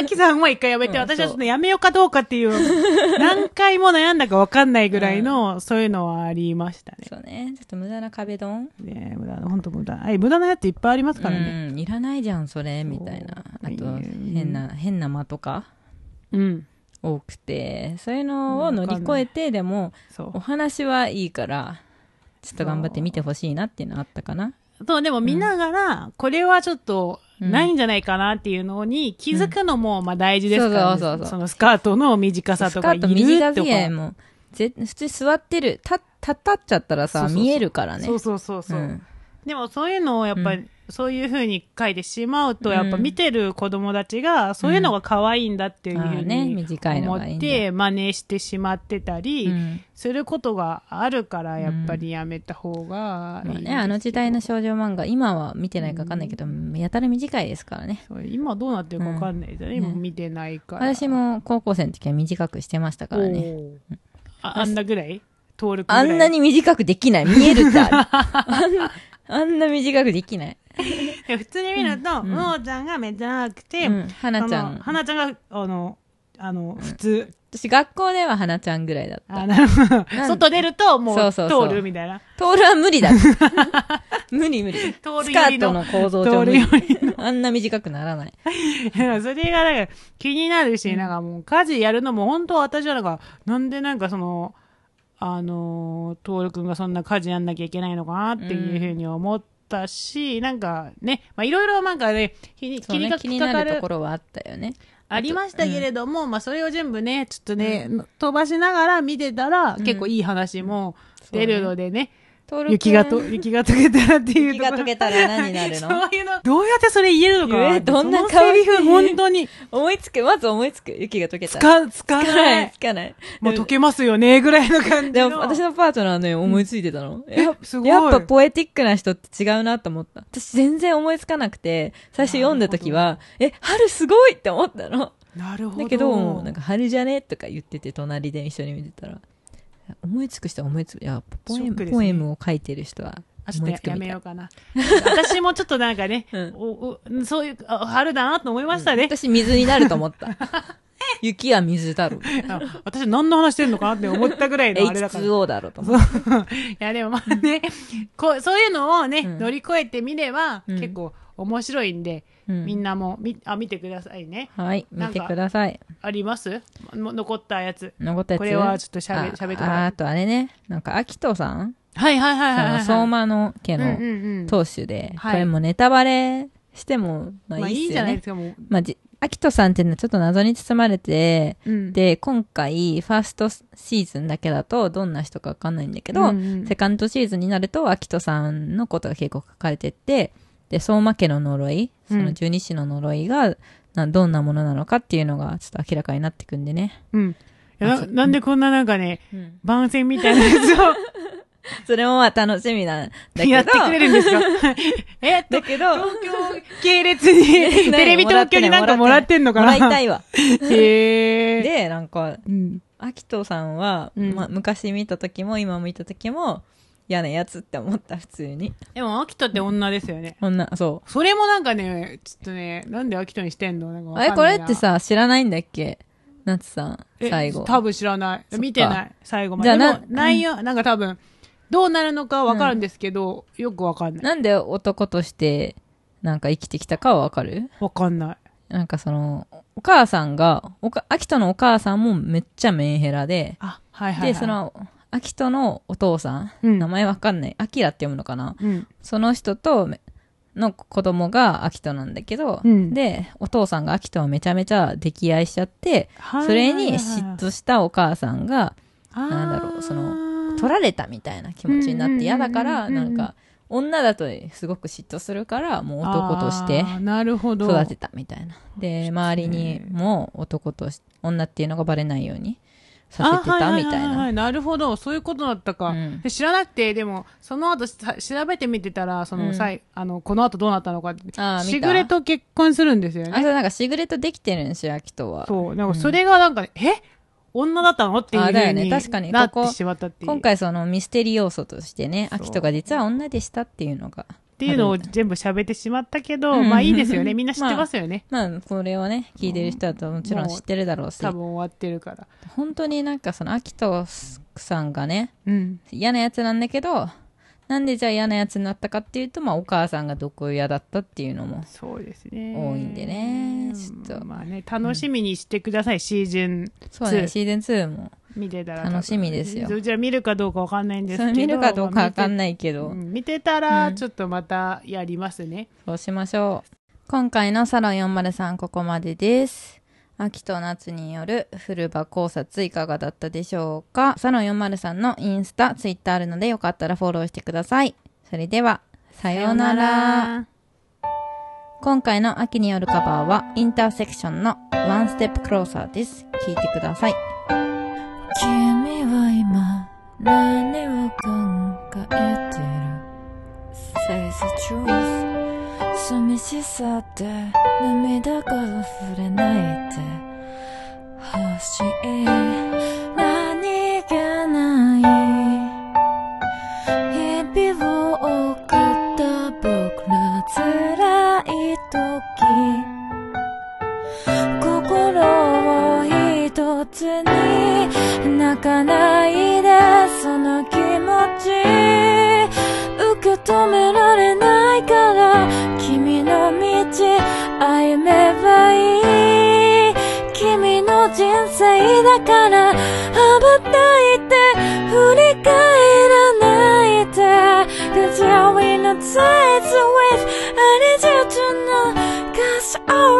[SPEAKER 2] あきさんは一回やめて、
[SPEAKER 1] うん
[SPEAKER 2] 私はちょっ
[SPEAKER 1] そ
[SPEAKER 2] とやめようかどうかっていう、 何回も悩んだかわかんないぐらいの、そういうのはありましたね。
[SPEAKER 1] そうねちょっと無駄な壁ドン、
[SPEAKER 2] ね無駄な、本当無駄。はい、無駄なやついっぱいありますからね。
[SPEAKER 1] うんいらないじゃんそれみたいなあ
[SPEAKER 2] そう
[SPEAKER 1] と
[SPEAKER 2] うん
[SPEAKER 1] 変な変な間とか
[SPEAKER 2] うん。
[SPEAKER 1] 多くてそういうのを乗り越えてでも
[SPEAKER 2] そう
[SPEAKER 1] お。話はいいからちょっと頑張って見てほしいなっていうのあったかな
[SPEAKER 2] そう、でも見ながら、これはちょっと、
[SPEAKER 1] うん
[SPEAKER 2] ないんじゃないかなっていうのに気づくのも、まあ大事ですからね、
[SPEAKER 1] そうそうそうそう
[SPEAKER 2] そのスカートの短さと
[SPEAKER 1] スカ
[SPEAKER 2] か、
[SPEAKER 1] ート
[SPEAKER 2] いる
[SPEAKER 1] 短
[SPEAKER 2] と
[SPEAKER 1] い
[SPEAKER 2] か
[SPEAKER 1] やもうぜ普通に座ってる立立立っちゃったらさ
[SPEAKER 2] そうそうそう
[SPEAKER 1] 見えるからね
[SPEAKER 2] そうそうそうそう。
[SPEAKER 1] うん
[SPEAKER 2] でもそういうのをやっぱり、そういうふうに書いてしまうと、
[SPEAKER 1] うん
[SPEAKER 2] やっぱ見てる子供たちが、そういうのが可愛いんだっていう
[SPEAKER 1] あ
[SPEAKER 2] ふう
[SPEAKER 1] ーね
[SPEAKER 2] に
[SPEAKER 1] 短いの
[SPEAKER 2] 思
[SPEAKER 1] がいい
[SPEAKER 2] っ
[SPEAKER 1] んだよ
[SPEAKER 2] て、真似してしまってた
[SPEAKER 1] う
[SPEAKER 2] り、
[SPEAKER 1] ん
[SPEAKER 2] することがあるから、やっぱりやめた方がいい
[SPEAKER 1] まあ
[SPEAKER 2] んですけど
[SPEAKER 1] ね、あの時代の少女漫画今は見てないか分かんないけど、やたら短いですからね
[SPEAKER 2] そう今どうなってるかわかんないですよね。
[SPEAKER 1] うん
[SPEAKER 2] 今見てないから。
[SPEAKER 1] 私も高校生の時は短くしてましたから
[SPEAKER 2] お
[SPEAKER 1] ね
[SPEAKER 2] ーああんなぐらい登録ぐら
[SPEAKER 1] あ
[SPEAKER 2] い
[SPEAKER 1] んなに短くできない見えるっ てあるあんなあんな短くできない、
[SPEAKER 2] で普通に見ると、
[SPEAKER 1] うん
[SPEAKER 2] もおちゃんがめちゃくて、
[SPEAKER 1] うん、花ちゃ
[SPEAKER 2] その
[SPEAKER 1] ん
[SPEAKER 2] 花ちゃんが、あの、あの、普通。
[SPEAKER 1] 私学校では花ちゃんぐらいだった
[SPEAKER 2] あ、なるほど。
[SPEAKER 1] ん
[SPEAKER 2] 外出ると、も、
[SPEAKER 1] そううそうそう
[SPEAKER 2] 通るみたいな。
[SPEAKER 1] トールは 無理だ無理無理スカ
[SPEAKER 2] 通るより
[SPEAKER 1] ート
[SPEAKER 2] の
[SPEAKER 1] の。構造
[SPEAKER 2] 通
[SPEAKER 1] 上無
[SPEAKER 2] る
[SPEAKER 1] 理
[SPEAKER 2] より
[SPEAKER 1] あんな短くならない
[SPEAKER 2] の。 それが、なんか、気になるし、なんかもう、家事やるのも、本当私はなんか、なんでなんかその、あのー、徹くんがそんな家事やんなきゃいけないのかなっていうふうに思ったし、なんかね、まあいろいろなんかね、気に
[SPEAKER 1] そう
[SPEAKER 2] 切り
[SPEAKER 1] ね
[SPEAKER 2] が
[SPEAKER 1] 気
[SPEAKER 2] 引
[SPEAKER 1] に
[SPEAKER 2] っか
[SPEAKER 1] な
[SPEAKER 2] か
[SPEAKER 1] ると
[SPEAKER 2] る
[SPEAKER 1] ころはあったよね
[SPEAKER 2] ありましたけれども、まあそれを全部ね、ちょっとね、飛ばしながら見てたら、
[SPEAKER 1] うん
[SPEAKER 2] 結構いい話も出るのでね、
[SPEAKER 1] ト
[SPEAKER 2] 雪がと、雪が溶けたらっていう
[SPEAKER 1] 雪
[SPEAKER 2] ところ
[SPEAKER 1] が溶けたら何になる
[SPEAKER 2] そ
[SPEAKER 1] の
[SPEAKER 2] ういうの、どうやってそれ言えるのか。
[SPEAKER 1] えーどんな
[SPEAKER 2] そのセリフ、
[SPEAKER 1] 顔して
[SPEAKER 2] 本当に、
[SPEAKER 1] 思いつくまず思いつく雪が溶けた
[SPEAKER 2] つ
[SPEAKER 1] ら
[SPEAKER 2] か、つかない
[SPEAKER 1] つ。かない
[SPEAKER 2] もう溶けますよね、ぐらいの感じ
[SPEAKER 1] で
[SPEAKER 2] の。
[SPEAKER 1] も私のパートナーね思いついてたの、
[SPEAKER 2] え
[SPEAKER 1] やっ、
[SPEAKER 2] すごい。
[SPEAKER 1] やっぱポエティックな人って違うなと思った私全然思いつかなくて最初読んだ時はえ春すごいって思ったの
[SPEAKER 2] なるほど。
[SPEAKER 1] だけどもうなんか春じゃねとか言ってて隣で一緒に見てたらいや思いつく人は思いつくいやポエ
[SPEAKER 2] ショ
[SPEAKER 1] ム、
[SPEAKER 2] ックですね
[SPEAKER 1] ポエムを書いてる人は
[SPEAKER 2] あちょっ
[SPEAKER 1] 思
[SPEAKER 2] と
[SPEAKER 1] い
[SPEAKER 2] や
[SPEAKER 1] つく
[SPEAKER 2] や
[SPEAKER 1] みた
[SPEAKER 2] め
[SPEAKER 1] い
[SPEAKER 2] ようかな。私もちょっとなんかね、
[SPEAKER 1] うん
[SPEAKER 2] おおそういう、あ春だなと思いましたね。
[SPEAKER 1] 私水になると思った 雪は水だろう
[SPEAKER 2] あ私何の話してんのかなって思ったぐらいのあれだから。い
[SPEAKER 1] H2O だろうと思った
[SPEAKER 2] やでもまあね、こう、そういうのをね、
[SPEAKER 1] うん
[SPEAKER 2] 乗り越えてみれば、
[SPEAKER 1] うん
[SPEAKER 2] 結構面白いんで、
[SPEAKER 1] うん
[SPEAKER 2] みんなもみあ見てくださいね。
[SPEAKER 1] はい見てください
[SPEAKER 2] ありますも残ったやつ。
[SPEAKER 1] 残ったやつ
[SPEAKER 2] これはちょっとしゃべ
[SPEAKER 1] あ
[SPEAKER 2] しゃべってもらう
[SPEAKER 1] ああとあれねなんか秋人さん
[SPEAKER 2] はいはいはいはい、はい。
[SPEAKER 1] その相馬の 家
[SPEAKER 2] うん
[SPEAKER 1] の
[SPEAKER 2] うんうん。
[SPEAKER 1] 当主で、
[SPEAKER 2] はい
[SPEAKER 1] これもネタバレしてもま
[SPEAKER 2] ま
[SPEAKER 1] あ
[SPEAKER 2] あ
[SPEAKER 1] い
[SPEAKER 2] い
[SPEAKER 1] い
[SPEAKER 2] い
[SPEAKER 1] っす
[SPEAKER 2] じゃ
[SPEAKER 1] よ
[SPEAKER 2] ないで
[SPEAKER 1] ね
[SPEAKER 2] すか、も
[SPEAKER 1] まあじアキトさんっていうのはちょっと謎に包まれて
[SPEAKER 2] う。うん、
[SPEAKER 1] で今回ファーストシーズンだけだとどんな人か分かんないんだけど、
[SPEAKER 2] うんうん
[SPEAKER 1] セカンドシーズンになるとアキトさんのことが結構書かれてってで相馬家の呪いそ
[SPEAKER 2] うん
[SPEAKER 1] の十二支の呪いが、などんなものなのかっていうのがちょっと明らかになってくんでね、
[SPEAKER 2] うん。いやななんでこんななんかね、番宣みたいなや つを
[SPEAKER 1] それもまあ楽しみなんだけど
[SPEAKER 2] やってくれるんですか えっと
[SPEAKER 1] だ、けど
[SPEAKER 2] 東京系列に、
[SPEAKER 1] 何
[SPEAKER 2] テレビ東京になんかもらってんのかな
[SPEAKER 1] もらいたいわ
[SPEAKER 2] へ え。
[SPEAKER 1] でなんか
[SPEAKER 2] うん、
[SPEAKER 1] アキトさんは、
[SPEAKER 2] うん
[SPEAKER 1] ま、昔見た時も今見た時も嫌なやつって思った普通に
[SPEAKER 2] でも、秋田って女ですよね。
[SPEAKER 1] 女そ
[SPEAKER 2] それもなんかね、ちょっとね、なんで秋田にしてんのなんか
[SPEAKER 1] う
[SPEAKER 2] わ
[SPEAKER 1] あれ
[SPEAKER 2] かん
[SPEAKER 1] こ
[SPEAKER 2] ない
[SPEAKER 1] れ
[SPEAKER 2] な
[SPEAKER 1] って、さ知らないんだっけ夏さん
[SPEAKER 2] え
[SPEAKER 1] 最後
[SPEAKER 2] 多分知らない。
[SPEAKER 1] そっか
[SPEAKER 2] 見てない。最後まで。
[SPEAKER 1] じゃあ
[SPEAKER 2] でも
[SPEAKER 1] な
[SPEAKER 2] 内容、なんか多分、どうなるのかわかるんですけど、よくわかんない。
[SPEAKER 1] なんで男としてなんか生きてきたかはわかる
[SPEAKER 2] わかんない。
[SPEAKER 1] なんかそのお母さんがおか秋人のお母さんもめっちゃメンヘラで、
[SPEAKER 2] あ、はいはい、はい。
[SPEAKER 1] でそ、の秋人のお父さん、
[SPEAKER 2] うん
[SPEAKER 1] 名前わかんないアキラって読むのかな
[SPEAKER 2] うん。
[SPEAKER 1] その人とめの子供がアキトなんだけど、
[SPEAKER 2] うん
[SPEAKER 1] でお父さんがアキトをめちゃめちゃ溺愛しちゃって
[SPEAKER 2] はい
[SPEAKER 1] それに嫉妬したお母さんがなんだろうそ
[SPEAKER 2] の
[SPEAKER 1] 取られたみたいな気持ちになっ
[SPEAKER 2] うんうんうんうん
[SPEAKER 1] て嫌だか
[SPEAKER 2] うん
[SPEAKER 1] ら
[SPEAKER 2] うん
[SPEAKER 1] な
[SPEAKER 2] うん
[SPEAKER 1] んか女だとすごく嫉妬するからもう男として
[SPEAKER 2] なるほど。
[SPEAKER 1] 育てたみたいなで周りにも男とし女っていうのがバレないようにさせてたみ
[SPEAKER 2] あ
[SPEAKER 1] たい
[SPEAKER 2] はははは
[SPEAKER 1] な
[SPEAKER 2] なるほどそういうことだったか、
[SPEAKER 1] うん
[SPEAKER 2] で知らなくてでもその後さ調べてみてたらその、
[SPEAKER 1] うん
[SPEAKER 2] さいあのこの後どうなったのかって
[SPEAKER 1] あー見た
[SPEAKER 2] しぐれと結婚するんですよ
[SPEAKER 1] あ
[SPEAKER 2] ね
[SPEAKER 1] となんかシグレットできてるんですよアキトは
[SPEAKER 2] そうなんかそれがなんか、え女だったのっていうふう
[SPEAKER 1] あだよね
[SPEAKER 2] に
[SPEAKER 1] 確かに
[SPEAKER 2] なっ
[SPEAKER 1] こ
[SPEAKER 2] て
[SPEAKER 1] こ
[SPEAKER 2] しまったっていう
[SPEAKER 1] 今回そのミステリー要素としてね
[SPEAKER 2] そう
[SPEAKER 1] アキトが実は女でしたっていうのが
[SPEAKER 2] っていうのを全部喋ってしまったけど、
[SPEAKER 1] うん
[SPEAKER 2] まあいいですよ ねみんな知ってますよね、
[SPEAKER 1] まあこれをね聞いてる人だともちろん知ってるだろうし
[SPEAKER 2] 多分終わってるから
[SPEAKER 1] 本当になんかそのアキトさんがね
[SPEAKER 2] うん
[SPEAKER 1] 嫌なやつなんだけどなんでじゃあ嫌なやつになったかっていうと、まあ、お母さんが毒親だったっていうのも
[SPEAKER 2] そうですね
[SPEAKER 1] 多いんでねちょっと
[SPEAKER 2] まあね楽しみにしてください、シーズン
[SPEAKER 1] そうね
[SPEAKER 2] そう
[SPEAKER 1] シーズン2も
[SPEAKER 2] 見てたら
[SPEAKER 1] 楽しみですよ
[SPEAKER 2] 多分じゃあ見るかどうかわかんないんです
[SPEAKER 1] そ
[SPEAKER 2] けど
[SPEAKER 1] れ見るかどうかわかん
[SPEAKER 2] ない
[SPEAKER 1] ないけど、
[SPEAKER 2] 見てたら
[SPEAKER 1] うん
[SPEAKER 2] ちょっとまたやりますね、
[SPEAKER 1] そうしましょう今回のサロン403ここまでです秋と夏による古場考察いかがだったでしょうかサロン403のインスタツイッターあるのでよかったらフォローしてくださいそれではさようなら今回の秋によるカバーはインターセクションのワンステップクローサーです。聴いてください。君は今何を考えてる
[SPEAKER 3] Say the truth 寂しさって涙から触れないで欲しい何気ない日々を送った僕ら辛い時心を一つに泣かないでその気持ち受け止められないから君の道歩めばいい君の人生だから羽ばたいて振り返らないで Cause you're in a tight with I need you to know Cause I